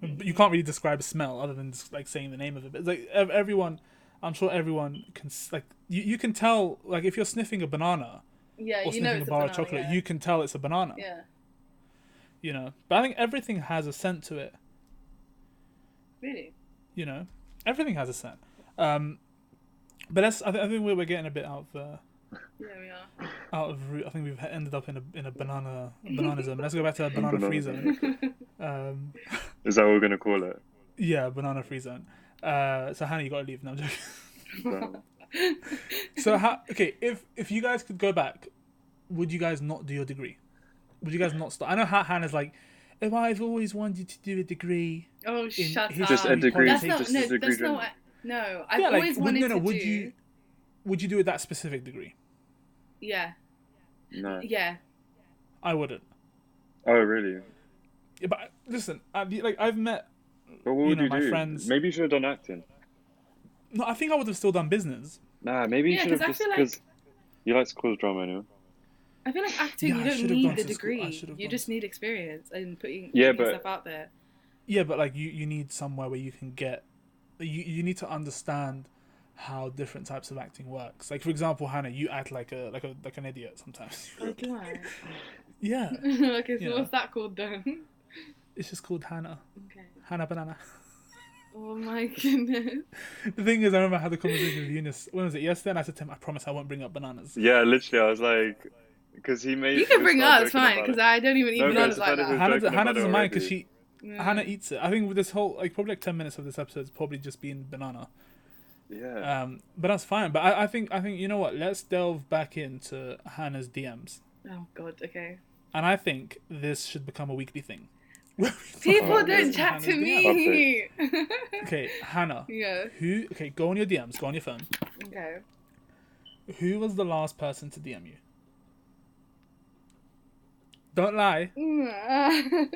C: Hmm.
A: But you can't really describe smell other than just, like saying the name of it. But it's like ev- everyone, I'm sure everyone can s- like you, you can tell like if you're sniffing a banana
C: Yeah,
A: or
C: you
A: sniffing
C: know
A: a
C: it's
A: bar
C: banana,
A: of chocolate,
C: yeah.
A: you can tell it's a banana.
C: Yeah,
A: You know, but I think everything has a scent to it.
C: really.
A: You know, everything has a scent. Um, but that's I, th- I think we're, we're getting a bit out of uh,
C: Yeah, we are.
A: out of route. I think we've ended up in a in a banana banana zone. Let's go back to a banana free zone. Um,
B: Is that what we're gonna call it?
A: yeah, banana free zone. Uh, so Hannah, you gotta leave. No, I'm joking.
B: Damn.
A: So how? Okay, if if you guys could go back, would you guys not do your degree? Would you guys not start? I know how Hannah's like, oh, I've always wanted to do a degree.
C: oh,
A: in
C: shut
A: history,
C: up.
B: Just a degree.
A: politics.
C: that's not.
B: just a
C: no,
B: degree
C: that's not.
B: journey.
C: What, no, I've
A: Yeah, like,
C: always
A: would-
C: wanted
A: no, no,
C: to
A: would
C: do.
A: you- Would you do it that specific degree?
C: Yeah,
B: No.
C: yeah.
A: I wouldn't.
B: Oh really?
A: Yeah, But listen, I, like I've met.
B: But what
A: You
B: would
A: know,
B: you
A: my
B: do?
A: friends-
B: Maybe you should have done acting.
A: No, I think I would have still done business.
B: Nah, maybe you
C: Yeah,
B: should
C: 'cause I
B: have just
C: feel like-
B: because you like to cause drama anyway.
C: I feel like acting,
A: Yeah, I
C: you don't
A: should've gone
C: need
A: to
C: the
A: school. I
C: degree.
A: should've
C: You
A: gone
C: just
A: to-
C: need experience and putting,
B: Yeah,
C: putting
B: but-
C: yourself out there.
A: Yeah, but like you, you need somewhere where you can get. You you need to understand how different types of acting works. Like for example, Hannah, you act like a like a like an idiot sometimes.
C: Oh, do I?
A: yeah,
C: okay, so
A: You know.
C: what's that called then?
A: it's just called Hannah.
C: okay.
A: Hannah banana.
C: Oh my goodness.
A: The thing is, I remember I had a conversation with Eunice. When was it? Yesterday, and I said to him, "I promise I won't bring up bananas."
B: Yeah, literally, I was like, because he made.
C: You can bring up, it's fine, because I don't even eat
B: No, but
C: bananas
B: it's
C: like
B: kind of
C: that.
A: Hannah,
B: joking
A: Hannah
B: about it
A: doesn't mind because
B: already.
A: she Hannah eats it. I think with this whole like probably like ten minutes of this episode is probably just being banana.
B: Yeah.
A: Um, but that's fine. But I, I think I think you know what? Let's delve back into Hannah's DMs,
C: Oh god, okay.
A: and I think this should become a weekly thing. Where we
C: People
A: talk about
C: don't
A: Hannah's
C: chat to
A: DMs.
C: me.
A: Okay, Hannah.
C: yeah.
A: Who? Okay, go on your DMs. Go on your phone.
C: Okay.
A: Who was the last person to DM you? Don't lie. Mm.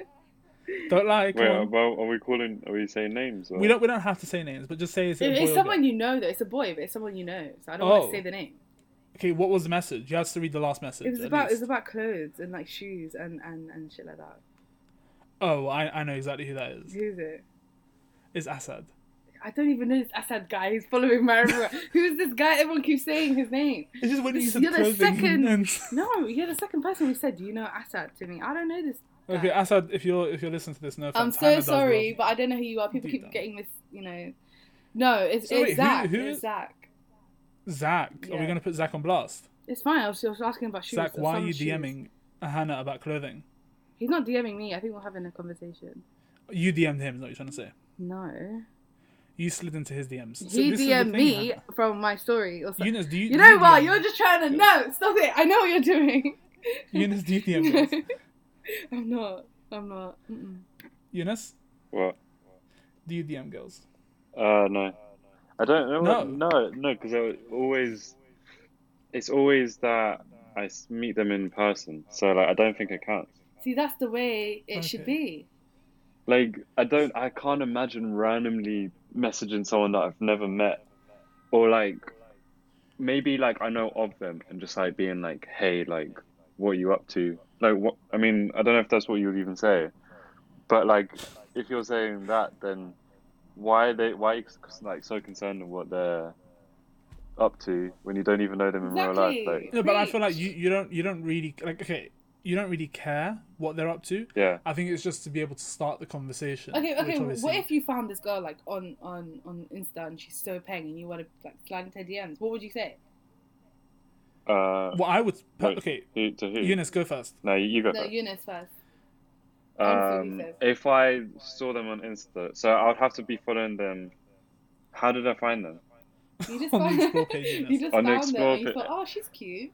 A: Don't lie. Come
B: Wait, uh,
A: on.
B: well, are we calling? Are we saying names? Or?
A: We don't. We don't have to say names, but just say it's,
C: It-
A: a boy
C: it's
A: or
C: someone
A: girl.
C: you know though. It's a boy, but it's someone you know. So I don't
A: Oh.
C: want to say the name.
A: Okay, what was the message? You have to read the last message.
C: It was
A: at
C: about it was
A: least.
C: about clothes and like shoes and and and shit like that.
A: Oh, I, I know exactly who that is.
C: Who's it?
A: It's Assad.
C: I don't even know this Assad guy. He's following my everywhere. Who's this guy? Everyone keeps saying his name.
A: It's just when you
C: This-
A: said
C: you're the
A: clothing.
C: second-
A: and-
C: No, you're the second person who said, "Do you know Assad?" to me. I don't know this. guy.
A: okay, Assad, if you're if you're listening to this, no
C: I'm
A: offense.
C: so
A: Hannah does
C: sorry,
A: love
C: but I don't know who you are. People
A: Deep
C: keep
A: down.
C: getting this. You know, no, it's
A: So wait,
C: it's
A: who-
C: Zach.
A: who
C: it's
A: is-
C: Zach.
A: you. Zach, are we
C: Yeah.
A: gonna put Zach on blast?
C: It's fine. I was just asking about shoes.
A: Zach,
C: or
A: why are
C: some
A: you
C: shoes.
A: DMing Hannah about clothing?
C: He's not DMing me. I think we're having a conversation.
A: You DM'd him. Is what you're trying to say?
C: No,
A: You slid into his DMs. So
C: he
A: this is the thing,
C: DM'd me
A: Hannah.
C: from my story or something.
A: Eunice, do you?
C: You
A: do
C: know what?
A: DM
C: You're just trying to no. Stop it! I know what you're doing.
A: Eunice, do you DM us?
C: I'm not. I'm not. Mm-mm.
A: Eunice,
B: What?
A: do you DM girls?
B: Uh, no. I don't know. what-
A: No.
B: No, no, because I always. It's always that I s- meet them in person, so like I don't think it counts.
C: See, that's the way it should be.
B: Like I don't. I can't imagine randomly messaging someone that I've never met, or like maybe like I know of them and just like being like, hey, like, what are you up to? Like, what? I mean, I don't know if that's what you would even say, but like, if you're saying that, then why are they why are you like so concerned with what they're up to when you don't even know them in real life? Like,
A: No, but I feel like
C: Preach.
A: you, you don't you don't really like okay you don't really care what they're up to.
B: yeah.
A: I think it's just to be able to start the conversation.
C: Okay,
A: which
C: okay. What
A: obviously-
C: if you found this girl like on on on Insta and she's so peng and you want to like slide into her DMs? What would you say?
B: Uh,
A: Well, I would.
B: Wait.
A: Okay,
B: who, to who?
A: Eunice, go first.
B: No, you you got
C: No,
B: that.
C: Eunice first. Honestly,
A: E
B: Um,
C: Lisa.
B: if I saw them on Insta, so I would have to be following them. How did I find them?
C: You just
A: On the
C: found,
A: explore page, Eunice.
C: you just
B: On the
C: found her
B: explore
C: and you
B: page.
C: thought, oh, she's cute.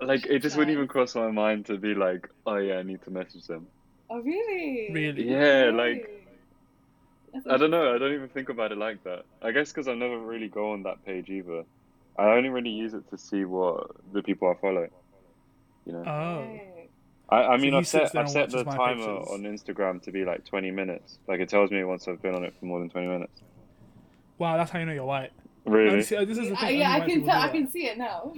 B: Like, it just wouldn't
C: Nice.
B: even cross my mind to be like, oh yeah, I need to message them.
C: Oh, really?
A: Really?
B: Yeah,
C: Really?
B: like,
C: That's
B: I don't know. I don't even think about it like that. I guess because I never really go on that page either. I only really use it to see what the people I follow. You know,
A: Oh,
C: interesting.
B: I, I
A: So
B: mean,
A: he
B: I've
A: sits
B: set
A: there
B: I've
A: and
B: set the
A: watches my
B: timer
A: pictures.
B: on Instagram to be like twenty minutes. Like it tells me once I've been on it for more than twenty minutes.
A: wow, that's how you know you're white.
B: Really?
A: And see, this is the
C: I,
A: thing. only
C: yeah, I
A: white
C: can
A: people
C: tell.
A: do
C: I
A: that.
C: can see it now.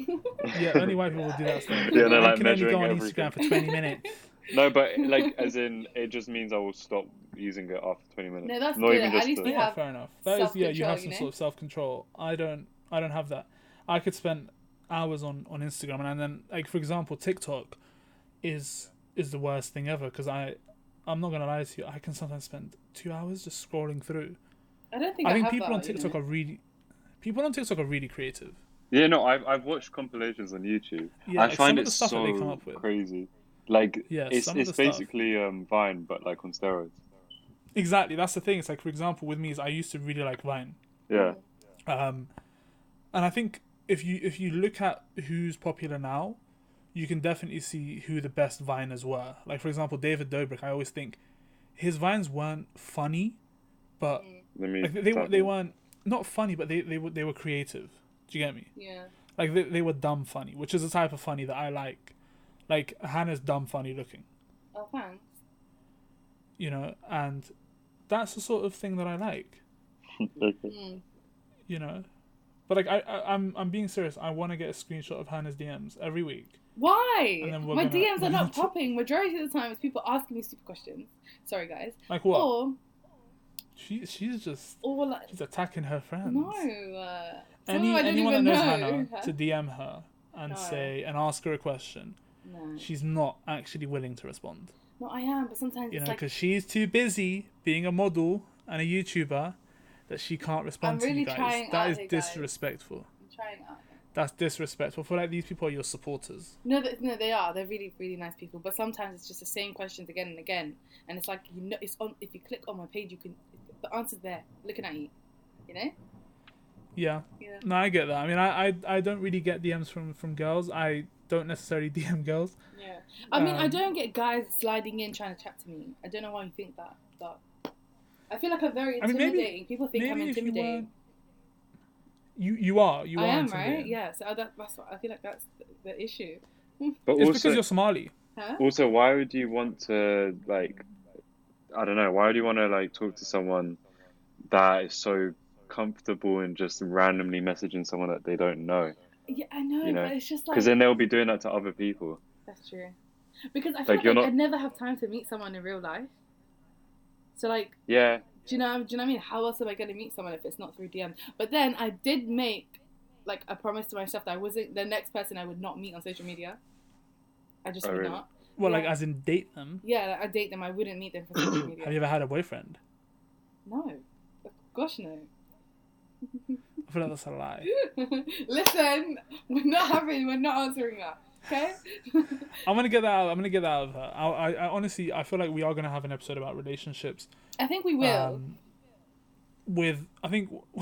A: Yeah, only white people will do that stuff.
B: Yeah,
A: I
B: they're like
A: can only go
B: measuring
A: on
B: everything.
A: Instagram for 20 minutes.
B: No, but like as in, it just means I will stop using it after twenty minutes.
C: No, that's
B: Not
C: good.
B: even
C: At
B: just.
C: least
B: the-
C: we
A: Yeah,
C: have
A: fair enough. That is, yeah, you
C: self-control,
A: have some
C: you know?
A: sort of self control. I don't, I don't have that. I could spend hours on on Instagram, and then like for example, TikTok is is the worst thing ever because I, I'm not gonna lie to you, I can sometimes spend two hours just scrolling through.
C: I don't think
A: I
C: I,
A: think
C: have
A: people
C: that,
A: on
C: you know?
A: TikTok are really, people on TikTok are really creative.
B: Yeah, no, I've I've watched compilations on YouTube.
A: Yeah,
B: I
A: like,
B: find
A: some of
B: it
A: the stuff that
B: so
A: they come up with.
B: crazy. Like
A: Yeah,
B: it's
A: some of
B: it's
A: the stuff.
B: basically um Vine but like on steroids.
A: Exactly, that's the thing. It's like for example, with me is I used to really like Vine.
B: Yeah.
A: Um, and I think if you if you look at who's popular now, you can definitely see who the best viners were. Like for example, David Dobrik. I always think his vines weren't funny, but
B: Let me
A: like, they
B: type
A: were they
B: in.
A: weren't not funny, but they they were they were creative. Do you get me?
C: Yeah.
A: Like they they were dumb funny, which is the type of funny that I like. Like Hannah's dumb funny looking,
C: Oh, thanks.
A: you know, and that's the sort of thing that I like.
B: Okay.
C: Mm.
A: you know. But like I, I I'm I'm being serious. I want to get a screenshot of Hannah's DMs every week.
C: Why?
A: And then we're
C: My
A: gonna-
C: DMs are not popping. Majority of the time, it's people asking me stupid questions. Sorry, guys.
A: Like what?
C: Or,
A: She she's just
C: or like,
A: she's attacking her friends.
C: no. Uh, some of them
A: Any
C: I don't
A: anyone that
C: even
A: knows
C: know.
A: Hannah
C: Huh?
A: to DM her and
C: No.
A: say and ask her a question.
C: No.
A: She's not actually willing to respond.
C: No, I am, but sometimes
A: You know,
C: it's
A: because
C: like
A: she's too busy being a model and a YouTuber that she can't respond to
C: really
A: you guys.
C: trying
A: That
C: out
A: is
C: here, guys.
A: disrespectful.
C: I'm trying out.
A: That's disrespectful. For like these people are your supporters.
C: No, th- no, they are. They're really, really nice people. But sometimes it's just the same questions again and again, and it's like you know, it's on. If you click on my page, you can the answer's there, looking at you. You know.
A: Yeah.
C: Yeah.
A: No, I get that. I mean, I, I, I don't really get DMs from, from girls. I don't necessarily DM girls.
C: Yeah. I mean, I
A: Um,
C: don't get guys sliding in trying to chat to me. I don't know why you think that, but I feel like I'm very
A: I mean,
C: intimidating.
A: maybe-
C: people think I'm
A: Maybe if you were,
C: intimidating.
A: you you are you
C: I
A: are
C: am right.
A: intimidating.
C: Yeah. So that, that's what I feel like that's the, the issue.
B: But
A: It's
B: also,
A: because you're Somali.
C: Huh?
B: also, why would you want to like? I don't know. Why would you want to like talk to someone that is so comfortable in just randomly messaging someone that they don't know?
C: Yeah, I know,
B: You know,
C: but it's just like
B: Because then they'll be doing that to other people.
C: That's true. Because I
B: Like,
C: feel like,
B: you're
C: I
B: not-
C: never have time to meet someone in real life. So like,
B: Yeah.
C: do you know? Do you know what I mean? How else am I gonna meet someone if it's not through DM? But then I did make like a promise to myself that I wasn't the next person I would not meet on social media. I just
B: Oh,
C: would
B: really?
C: not.
A: Well, like
C: Yeah.
A: as in date them.
C: Yeah, like, I date them. I wouldn't meet them for social
A: Have you
C: media.
A: ever had a boyfriend?
C: No, gosh no.
A: I feel like that's a lie.
C: Listen, we're not having. We're not answering that. Okay.
A: I'm gonna get that. Out, I'm gonna get that out of her. I, I, I honestly, I feel like we are gonna have an episode about relationships.
C: I think we will.
A: Um, with I think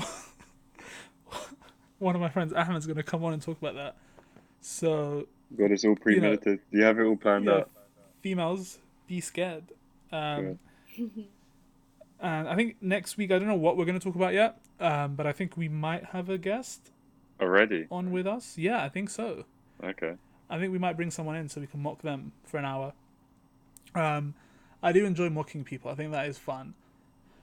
A: one of my friends Ahmed's gonna come on and talk about that. So
B: God, it's all premeditated. You, have it all planned
A: yeah,
B: out.
A: females be scared.
B: Yeah.
A: Um, and I think next week I don't know what we're going to talk about yet, um, but I think we might have a guest
B: Already?
A: on with us. Yeah, I think so.
B: Okay.
A: I think we might bring someone in so we can mock them for an hour. Um, I do enjoy mocking people. I think that is fun.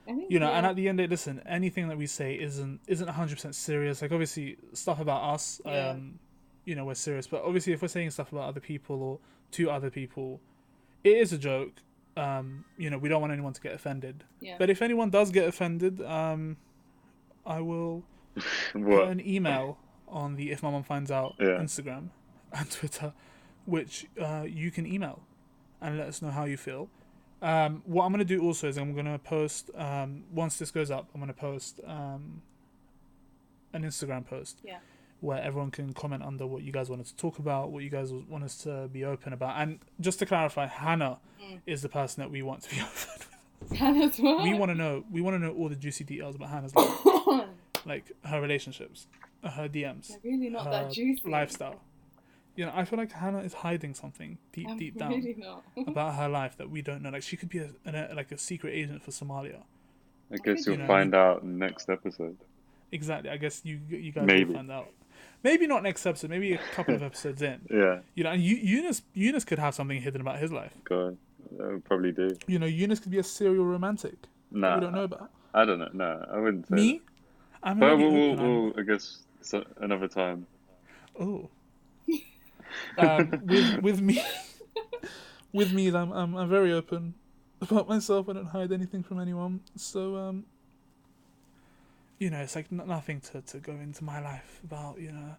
C: I think
A: You know,
C: yeah.
A: and at the end, of it, listen, anything that we say isn't isn't one hundred percent serious. Like obviously, stuff about us,
C: Yeah.
A: um, you know, we're serious. But obviously, if we're saying stuff about other people or to other people, it is a joke. Um, you know, we don't want anyone to get offended.
C: yeah.
A: But if anyone does get offended, um, I will put
B: What?
A: an email on the If My Mum Finds Out
B: Yeah.
A: Instagram and Twitter, which uh, you can email and let us know how you feel. Um, what I'm going to do also is I'm going to post, um, once this goes up, I'm going to post um, an Instagram post
C: Yeah.
A: where everyone can comment under what you guys wanted to talk about, what you guys want us to be open about. And just to clarify, Hannah
C: Mm.
A: is the person that we want to be open with
C: Hannah's what?
A: we want to know we want to know all the juicy details about Hannah's life, like her relationships, uh, her DMs,
C: They're really not
A: her
C: that juicy.
A: lifestyle. You know, I feel like Hannah is hiding something deep,
C: I'm
A: deep down
C: really not.
A: about her life that we don't know. Like she could be a, an, a like a secret agent for Somalia,
B: I guess
A: you
B: you'll
A: know.
B: find out next episode.
A: Exactly. I guess you you guys
B: Maybe.
A: will find out. Maybe not next episode. Maybe a couple of episodes in.
B: Yeah,
A: You know, and Eu- Eunice Eunice could have something hidden about his life.
B: go on. I would probably do.
A: You know, Eunice could be a serial romantic.
B: Nah,
A: We don't know about
B: I don't know. Nah, I wouldn't say.
A: me.
B: that.
A: I'm
B: But
A: already
B: we'll, we'll,
A: open. I'm-
B: we'll- I guess so, another time.
A: Oh. um, with with me, with me, I'm, I'm I'm very open about myself. I don't hide anything from anyone. So um, you know, it's like n- nothing to, to go into my life about. You know,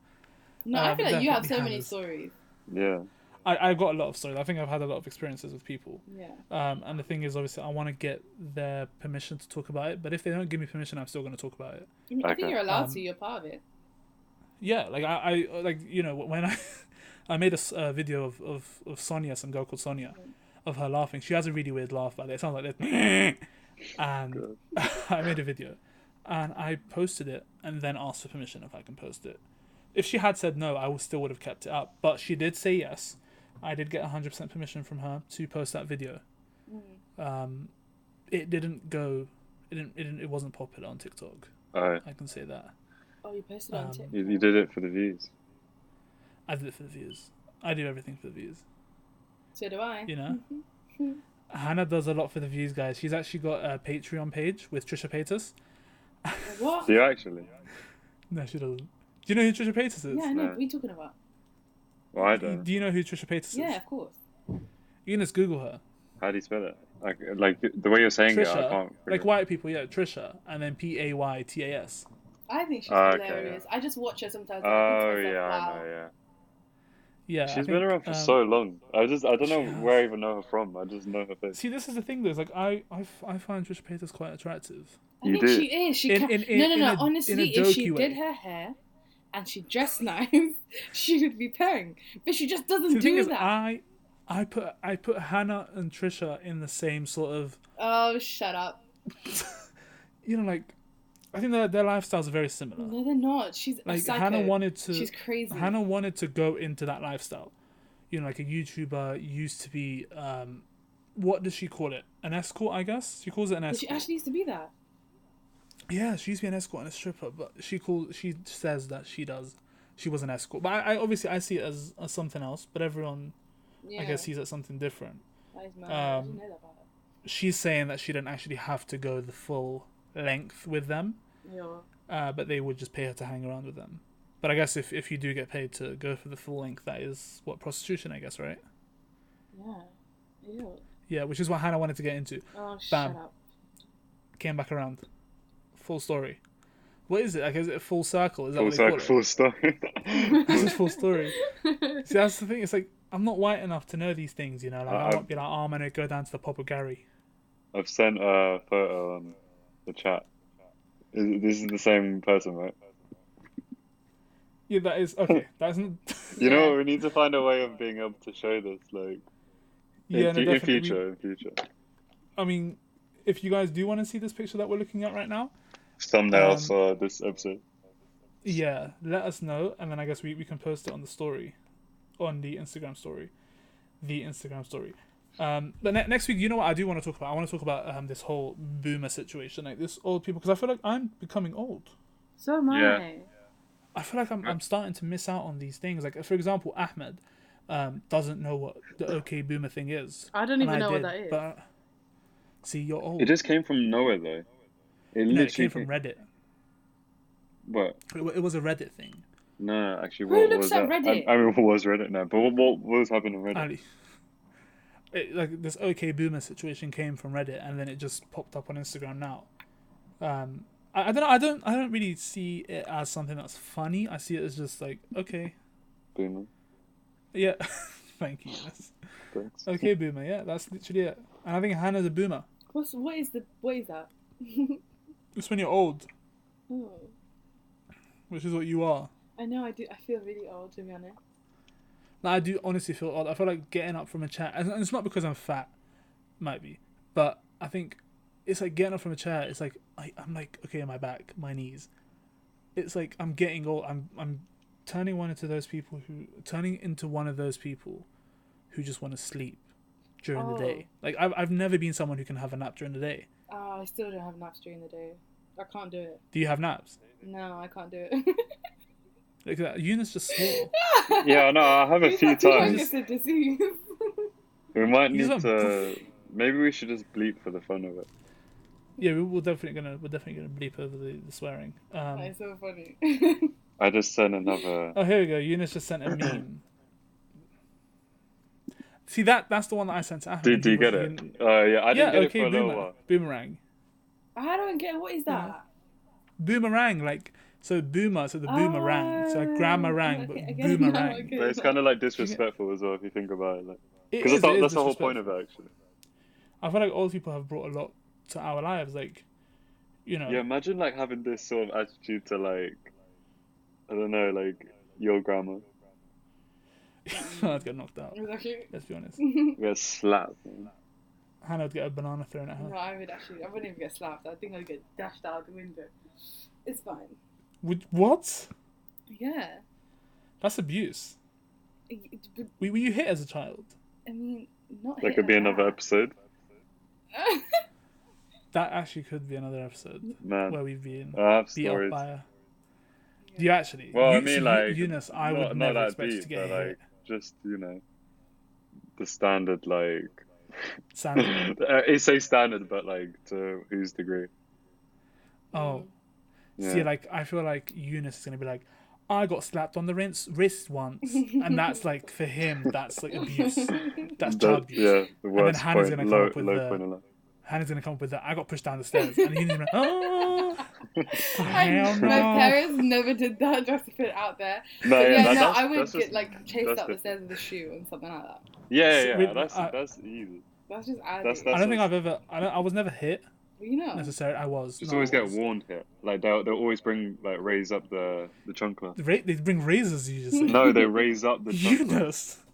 C: No,
A: Um,
C: I feel like you have
A: definitely
C: so many
A: has.
C: stories.
B: Yeah,
A: I I've got a lot of stories. I think I've had a lot of experiences with people.
C: Yeah.
A: Um, and the thing is, obviously, I want to get their permission to talk about it. But if they don't give me permission, I'm still going to talk about it.
C: I, mean, I
B: Okay.
C: think you're allowed
A: Um,
C: to. You're part of it.
A: Yeah, like I, I like you know when I, I made a s- a video of, of of Sonia, some girl called Sonia, of her laughing. She has a really weird laugh, but it sounds like this. and I made a video, and I posted it, and then asked for permission if I can post it. If she had said no, I would still would have kept it up. But she did say yes. I did get 100% permission from her to post that video. Um, it didn't go. It didn't, it didn't. It wasn't popular on TikTok.
B: alright.
A: I can say that.
C: Oh, you posted on
A: um,
C: TikTok.
B: You, you did it for the views.
A: I did it for the views. I do everything for the views.
C: So do I.
A: you know.
C: Mm-hmm.
A: Hannah does a lot for the views, guys. She's actually got a Patreon page with Trisha Paytas.
C: What?
B: Do you actually?
A: No, she doesn't. Do you know who Trisha Paytas is?
C: Yeah, I know.
B: no.
C: What are you talking about?
B: Well, I
A: Do
B: don't.
A: you know who Trisha Paytas is?
C: Yeah, of course.
A: You can just Google her.
B: How do you spell it? Like, like the way you're saying it, I
A: Trisha.
B: can't.
A: Like white people, yeah, Trisha. And then P A Y T A S.
C: I think she's
B: Ah, okay,
C: hilarious. I just watch her sometimes. and I
B: Oh
C: think to
B: yeah,
C: myself,
B: I
C: wow.
B: know. Yeah,
A: Yeah.
B: she's
A: I
B: been
A: think,
B: around for
A: um,
B: so long. I just, I don't know
A: she has.
B: where I even know her from. I just know her face.
A: See, this is the thing though, is like I, I, f- I find Trisha Paytas quite attractive.
C: I
B: You
C: think
B: do.
C: she is. She
A: In-
C: can...
A: in- in-
C: no, no,
A: in
C: no.
A: a- in a
C: Honestly, if she
A: jokey way.
C: did her hair and she dressed nice, she would be pairing. But she just doesn't
A: See, the
C: do
A: thing is,
C: that.
A: I, I put, I put Hannah and Trisha in the same sort of,
C: Oh, shut up.
A: you know, like, I think their their lifestyles are very similar.
C: No, they're not. She's a
A: like
C: psycho.
A: Hannah wanted to.
C: She's crazy.
A: Hannah wanted to go into that lifestyle. You know, like a YouTuber used to be. Um, what does she call it? An escort, I guess. She calls it an
C: But She
A: escort.
C: actually used to be that.
A: yeah, she used to be an escort and a stripper, but she calls. She says that she does. She was an escort, but I, I obviously I see it as, as something else. But everyone,
C: Yeah.
A: I guess, sees it something different.
C: That is mad. I
A: um,
C: didn't know that about her.
A: She's saying that she didn't actually have to go the full length with them,
C: Yeah.
A: uh, but they would just pay her to hang around with them. But I guess if, if you do get paid to go for the full length, that is what prostitution, I guess, right?
C: Yeah. Ew.
A: Yeah, which is what Hannah wanted to get into.
C: Oh, shut
A: Bam.
C: up.
A: Came back around. Full story. What is it? Like, is it a full circle? Is that
B: Full
A: what they
B: circle,
A: call
B: full story.
A: it? This is full story. See, that's the thing. It's like, I'm not white enough to know these things, you know? Like, I
B: Uh,
A: won't be like, oh, I'm going to go down to the Papa Gary.
B: I've sent a photo on the chat. Is- This is the same person, right?
A: Yeah, that is, okay. That's not.
B: You
C: Yeah.
B: know, what, we need to find a way of being able to show this, like, in,
A: yeah, no,
B: fu- in
A: definitely.
B: future, in future.
A: I mean, if you guys do want to see this picture that we're looking at right now, Um,
B: Thumbnails for this episode.
A: yeah, let us know. And then I guess we, we can post it on the story, on the Instagram story. The Instagram story. Um, but ne- next week, you know what I do want to talk about? I want to talk about um, this whole boomer situation, like this old people, because I feel like I'm becoming old.
C: So am I.
B: Yeah.
A: I feel like I'm, I'm starting to miss out on these things. Like, for example, Ahmed um, doesn't know what the OK boomer thing is.
C: I don't
A: And
C: even know what
A: did,
C: that is.
A: But see, you're old.
B: It just came from nowhere, though.
A: no,
B: It literally
A: it came from Reddit.
B: What?
A: It, wa- it was a Reddit thing.
B: No, actually,
C: Who
B: what
C: looks
B: was
C: at
B: that?
C: Reddit?
B: I, I mean, what was Reddit now? But what, what, what was happening on Reddit?
A: Ali. It, like this OK Boomer situation came from Reddit, and then it just popped up on Instagram now. Um, I, I don't know. I don't. I don't really see it as something that's funny. I see it as just like okay,
B: Boomer.
A: yeah. Thank you. Yes.
B: Thanks.
A: Okay, boomer. Yeah, that's literally it. And I think Hannah's a boomer.
C: What's, what is the what is that?
A: It's when you're old,
C: oh,
A: which is what you are.
C: I know. I do. I feel really old to be honest.
A: Like, I do honestly feel odd. I feel like getting up from a chair, and and it's not because I'm fat, might be, but I think it's like getting up from a chair. It's like I, I'm like okay, my back, my knees. It's like I'm getting old. I'm I'm turning one into those people who turning into one of those people who just want to sleep during the
C: Oh.
A: day. Like I've I've never been someone who can have a nap during the day.
C: Oh, I still don't have naps during the day. I can't do it.
A: Do you have naps?
C: No, I can't do it.
A: Look at that. Eunice just swore.
B: Yeah, no, I have a
C: It's
B: few
C: like people
B: times.
C: just a disease.
B: We might
A: These
B: need
A: are-
B: to. Maybe we should just bleep for the fun of it.
A: Yeah, we, we're definitely gonna we're definitely gonna bleep over the, the swearing. Um,
C: That is so funny.
B: I just sent another.
A: Oh, here we go. Eunice just sent a meme. See that? That's the one that I sent to Ahmed.
B: Did, do you
A: He was
B: get it?
A: thinking-
B: Uh, yeah, I
A: yeah.
B: didn't get
A: okay.
B: it for a little
A: boomer-
B: while.
A: Boomerang.
C: I don't get what is that?
A: Boomerang. Like so, boomer. So the boomerang. So like
C: Oh,
A: grandma rang, but
C: okay, okay, now I
A: boomerang.
C: get
B: But it's
C: it.
B: kind of like disrespectful as well if you think about it.
A: It
B: Because
A: is- it
B: that's,
A: is
B: that's the whole point of
A: disrespectful.
B: it, actually.
A: I feel like old people have brought a lot to our lives. Like, you know,
B: Yeah, imagine like having this sort of attitude to like, I don't know, like your grandma.
A: Hannah would get knocked out.
C: It was actually-
A: Let's be honest.
B: Yeah, slap.
A: Hannah would get a banana thrown at her.
C: no, I would actually. I wouldn't even get slapped. I think I'd get dashed out the window. It's fine.
A: Would, what?
C: Yeah.
A: That's abuse.
C: It- but,
A: Were, were you hit as a child?
C: I mean, not.
B: That
C: hit
B: could be
C: like
B: another
C: that.
B: episode.
A: That actually could be another episode
B: Man,
A: where we've been
B: I have
A: beat up
B: stories.
A: by a Do you actually?
B: Well,
A: you,
B: I mean,
A: so you-
B: like,
A: Eunice, I
B: not,
A: would
B: not
A: never
B: that
A: expect
B: deep,
A: to get
B: but
A: hit.
B: like, just you know, the standard like.
A: Sandra.
B: Uh, it's a standard, but like to whose degree?
A: oh,
B: Yeah.
A: see, like I feel like Eunice is gonna be like, I got slapped on the wrist, wrist once, and that's like for him, that's like abuse. That's
B: That-
A: child abuse.
B: Yeah, the worst
A: Hannah's
B: point,
A: gonna come
B: low,
A: up with
B: low
A: the-
B: point in life.
A: Hannah's gonna come up with that. I got pushed down the stairs, and Eunice's gonna be like, oh,
C: I,
A: hell
C: my
A: no.
C: parents never did that. Just to put it out there.
B: No,
C: yeah,
B: yeah, that-
C: no,
B: that's,
C: I would
B: that's
C: get
B: just-
C: like chased
B: that's
C: up the
B: different.
C: stairs with a shoe and something like that.
B: Yeah,
A: So
B: yeah,
A: with-
B: that's
A: I-
B: that's easy.
C: That's just I.
B: That's-
A: I
B: that's-
A: don't think I've ever. I don't. I was never hit
C: you know.
A: necessarily. I was.
B: Just
A: no, I
B: always get
A: was.
B: warned here. Like they'll they'll always bring like raise up the the chunkler.
A: Ra- they bring razors. You just said.
B: No, they raise up the chunkler.
A: Eunice.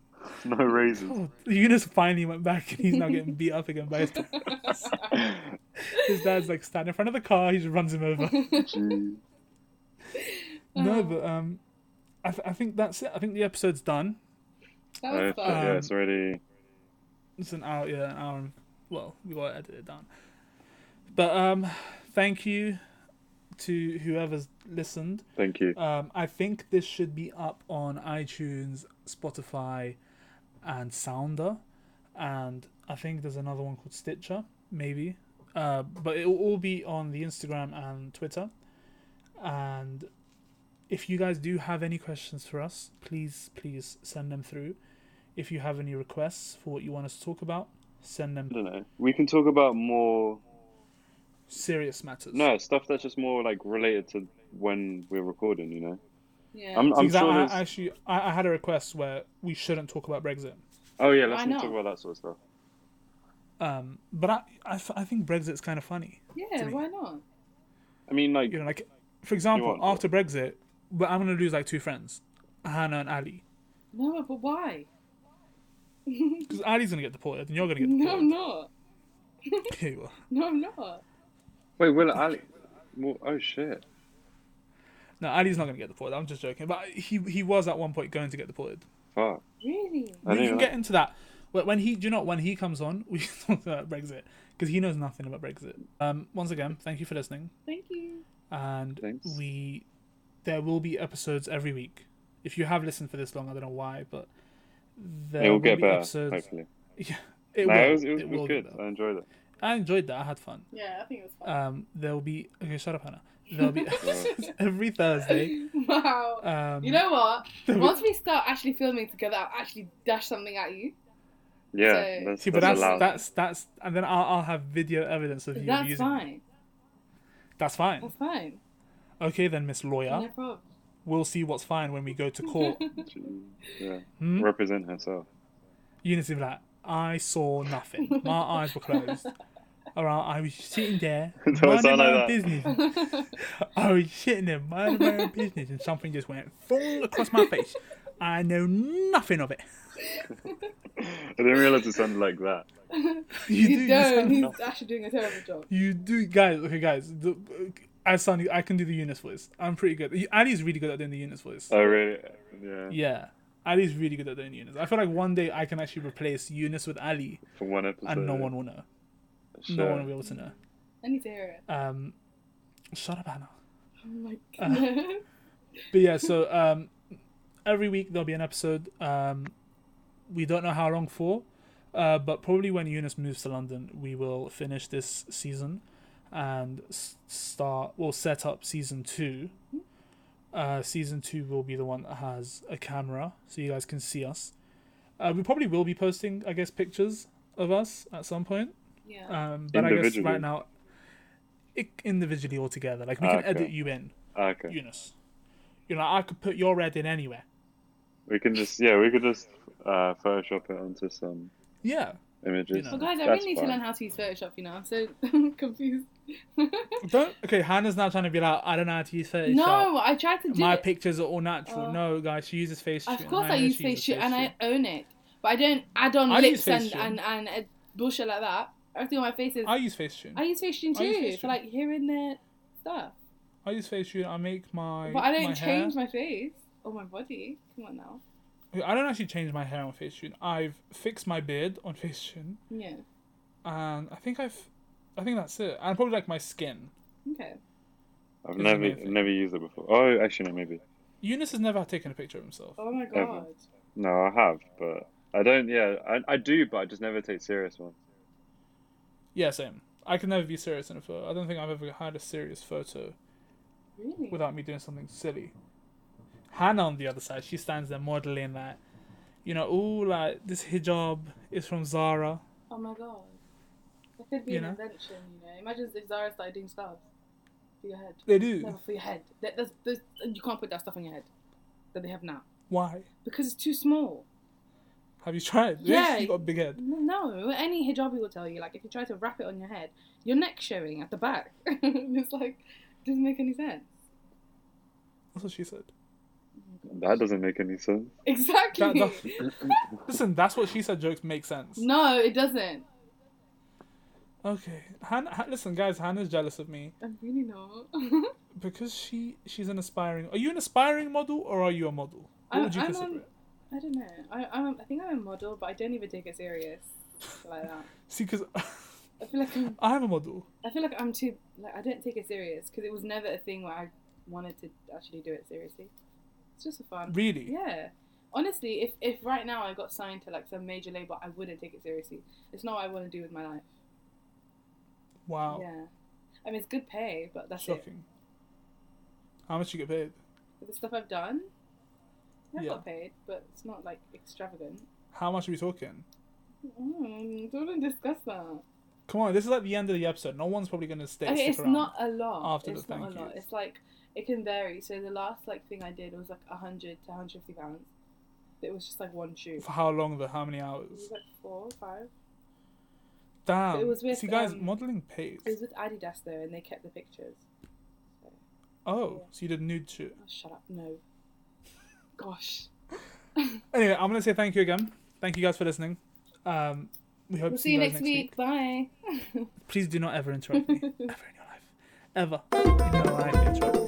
B: No raises.
A: Oh, Eunice finally went back, and he's now getting beat up again by his his dad's like standing in front of the car. He just runs him over.
B: Gee.
A: No, but um, I, th- I think that's it. I think the episode's done.
C: That
B: Uh,
C: was fun.
B: yeah, it's already.
A: It's an hour, yeah, an hour. And, well, we gotta edit it down. But um, thank you to whoever's listened.
B: Thank you.
A: Um, I think this should be up on iTunes, Spotify, and Sounder, and I think there's another one called Stitcher, maybe. Uh, but it will all be on the Instagram and Twitter. And if you guys do have any questions for us, please, please send them through. If you have any requests for what you want us to talk about, send them
B: I don't know. We can talk about more.
A: serious matters.
B: No, stuff that's just more like related to when we're recording. You know.
C: Yeah.
B: I'm, I'm
A: Because
B: sure.
A: I, I
B: there's-
A: actually, I, I had a request where we shouldn't talk about Brexit.
B: Oh yeah, let's
C: I
B: not
C: know.
B: talk about that sort of stuff.
A: Um, but I, I f- I think Brexit's kind of funny.
C: yeah.
A: me.
C: Why not?
B: I mean, like,
A: You know, like for example,
B: want-
A: after Brexit, but I'm gonna lose like two friends, Hannah and Ali,
C: No, but why?
A: because Ali's gonna get deported and you're gonna get
C: No,
A: deported.
C: I'm not.
A: Here you are.
C: No, I'm not.
B: wait, Will Ali? Well, oh shit.
A: No, Ali's not gonna get deported. I'm just joking. But he he was at one point going to get deported.
B: Fuck.
C: Really?
B: I
A: we
B: didn't
A: can
B: know
A: get into that. Wh- When he, do you know, what, when he comes on, we can talk about Brexit because he knows nothing about Brexit. Um, once again, thank you for listening,
C: Thank you.
A: and
B: Thanks.
A: we, there will be episodes every week. If you have listened for this long, I don't know why, but there
B: it will
A: will
B: get
A: be
B: better.
A: episodes.
B: Hopefully.
A: Yeah, it
B: No,
A: will.
B: it was, it was,
A: it
B: it
A: will
B: was
A: get
B: good.
A: better.
B: I enjoyed it.
A: I enjoyed that. I had fun.
C: Yeah, I think it was fun.
A: Um, there will be okay. Shut up, Hannah. There will be every Thursday.
C: wow.
A: Um,
C: you know what?
A: there will-
C: Once we start actually filming together, I'll actually dash something at you.
B: Yeah,
C: So-
B: that's,
A: see, but that's
B: that's
A: that's,
B: allowed.
A: that's and then I'll, I'll have video evidence of you
C: That's
A: using.
C: fine.
A: That's fine.
C: That's fine.
A: Okay, then, Miss
C: No
A: Lawyer.
C: problem.
A: We'll see what's fine when we go to court.
B: Gee, yeah.
A: Hmm?
B: Represent herself.
A: Eunice will be like, I saw nothing. My eyes were closed. All right, I was sitting there,
B: Don't
A: minding
B: sound
A: my
B: like
A: own business. I was sitting there, minding my own business, and something just went full across my face. I know nothing of it.
B: I didn't realize it sounded like that.
A: You, do,
C: you
A: you
C: don't.
A: sound-
C: He's actually doing a terrible job.
A: You do, guys. Okay, guys. The, uh, I sound. I can do the Eunice voice. I'm pretty good. Ali's really good at doing the Eunice voice.
B: Oh, really? Yeah.
A: yeah, Ali's really good at doing Eunice. I feel like one day I can actually replace Eunice with Ali,
B: For one episode.
A: and no one will know.
B: Sure.
A: No one will be able to know.
C: I need to hear it.
A: Um, shut up, Hannah.
C: Oh my
A: Uh,
C: god.
A: But yeah, so um, every week there'll be an episode. Um, we don't know how long for, uh, but probably when Eunice moves to London, we will finish this season and s- start. We'll set up season two. Uh, season two will be the one that has a camera, so you guys can see us. Uh, we probably will be posting, I guess, pictures of us at some point.
C: yeah.
A: Um, but I guess
B: Individually.
A: right now, it, individually or together, like we
B: Ah,
A: can
B: okay.
A: edit you in.
B: Ah, Okay.
A: Eunice. You know, I could put your head in anywhere.
B: We can just yeah, we could just uh, Photoshop it onto some
A: Yeah.
B: images.
A: You know.
C: well, guys, I
B: That's
C: really need
B: fine.
C: to learn how to use Photoshop. You know, I'm so confused.
A: Don't. Okay, Hannah's now trying to be like, I don't know how to use Photoshop.
C: no, I tried to do
A: My
C: it.
A: pictures are all natural.
C: Oh.
A: no, guys, she uses face.
C: Of
A: shoot,
C: course,
A: and
C: I
A: know
C: use
A: she uses
C: face shoot and I
A: shoot.
C: own it, but I don't add on
A: I use
C: lips and,
A: Facetune.
C: and and uh, bullshit like that. Everything on my face is.
A: I
C: I,
A: use Facetune.
C: use Facetune
A: I
C: too
A: use Facetune.
C: for like here and there stuff,
A: I use Facetune. I make my.
C: but I don't
A: my
C: change
A: Hair.
C: my face or my body. Come on now.
A: I don't actually change my hair on Facetune. I've fixed my beard on Facetune,
C: Yeah.
A: and I think I've. I think that's it. And probably like my skin.
C: Okay.
B: I've
A: It's
B: never
A: amazing.
B: never used it before. Oh, actually, no, maybe.
A: Eunice has never taken a picture of himself.
C: Oh my
B: Ever.
C: god.
B: No, I have, but I don't. Yeah, I, I do, but I just never take serious ones.
A: Yeah, same. I can never be serious in a photo. I don't think I've ever had a serious photo.
C: Really?
A: without me doing something silly. Hannah on the other side, she stands there modeling that, you know, oh, like this hijab is from Zara.
C: Oh my god. That could be
A: You
C: an
A: know?
C: invention, you know. Imagine if Zara started doing stuff for your head.
A: They
C: No,
A: do.
C: for your head. That, that's, that's, you can't put that stuff on your head that they have now
A: Why?
C: because it's too small.
A: Have you tried?
C: Yeah.
A: You got a big head.
C: No, any hijabi will tell you. Like if you try to wrap it on your head, your neck's showing at the back. it's like doesn't make any sense.
A: That's what she said.
B: That doesn't make any sense.
C: Exactly.
A: That- Listen, that's what she said. Jokes make sense.
C: no, it doesn't.
A: Okay. Hannah, Han- listen, guys. Hannah's jealous of me
C: I'm really not.
A: because she she's an aspiring. Are you an aspiring model or are you a model? What
C: I'm-
A: would you
C: I'm
A: consider?
C: on-
A: it?
C: I don't know. I, I'm. I think I'm a model, but I don't even take it serious like that.
A: See, because
C: I feel like I'm.
A: I'm a model.
C: I feel like I'm too. Like I don't take it serious because it was never a thing where I wanted to actually do it seriously. It's just for fun.
A: Really?
C: Yeah. Honestly, if, if right now I got signed to like some major label, I wouldn't take it seriously. It's not what I want to do with my life.
A: Wow.
C: Yeah. I mean, it's good pay, but that's it.
A: Shocking. How much you get paid?
C: For the stuff I've done, I
A: Yeah.
C: got paid, but it's not like extravagant.
A: How much are we talking?
C: Mm, don't even discuss that.
A: Come on, this is like the end of the episode. No one's probably going to stay.
C: okay,
A: stick
C: it's
A: around.
C: not a lot.
A: after the
C: it's not
A: thank
C: a lot.
A: yous.
C: It's like it can vary. So the last like thing I did was like hundred to hundred fifty pounds. It was just like one shoe.
A: for how long though? How many
C: It was
A: hours?
C: like four, five.
A: Damn.
C: it was with,
A: See, guys,
C: um,
A: modeling pays.
C: It was with Adidas though, and they kept the pictures.
A: Oh,
C: yeah.
A: so you did nude shoot.
C: Oh, shut up! No. Gosh.
A: Anyway, I'm gonna say thank you again. Thank you guys for listening. Um, we hope
C: We'll
A: to
C: see you
A: guys
C: next, week. Bye.
A: Please do not ever interrupt me ever in your life. Ever in your life, interrupt me.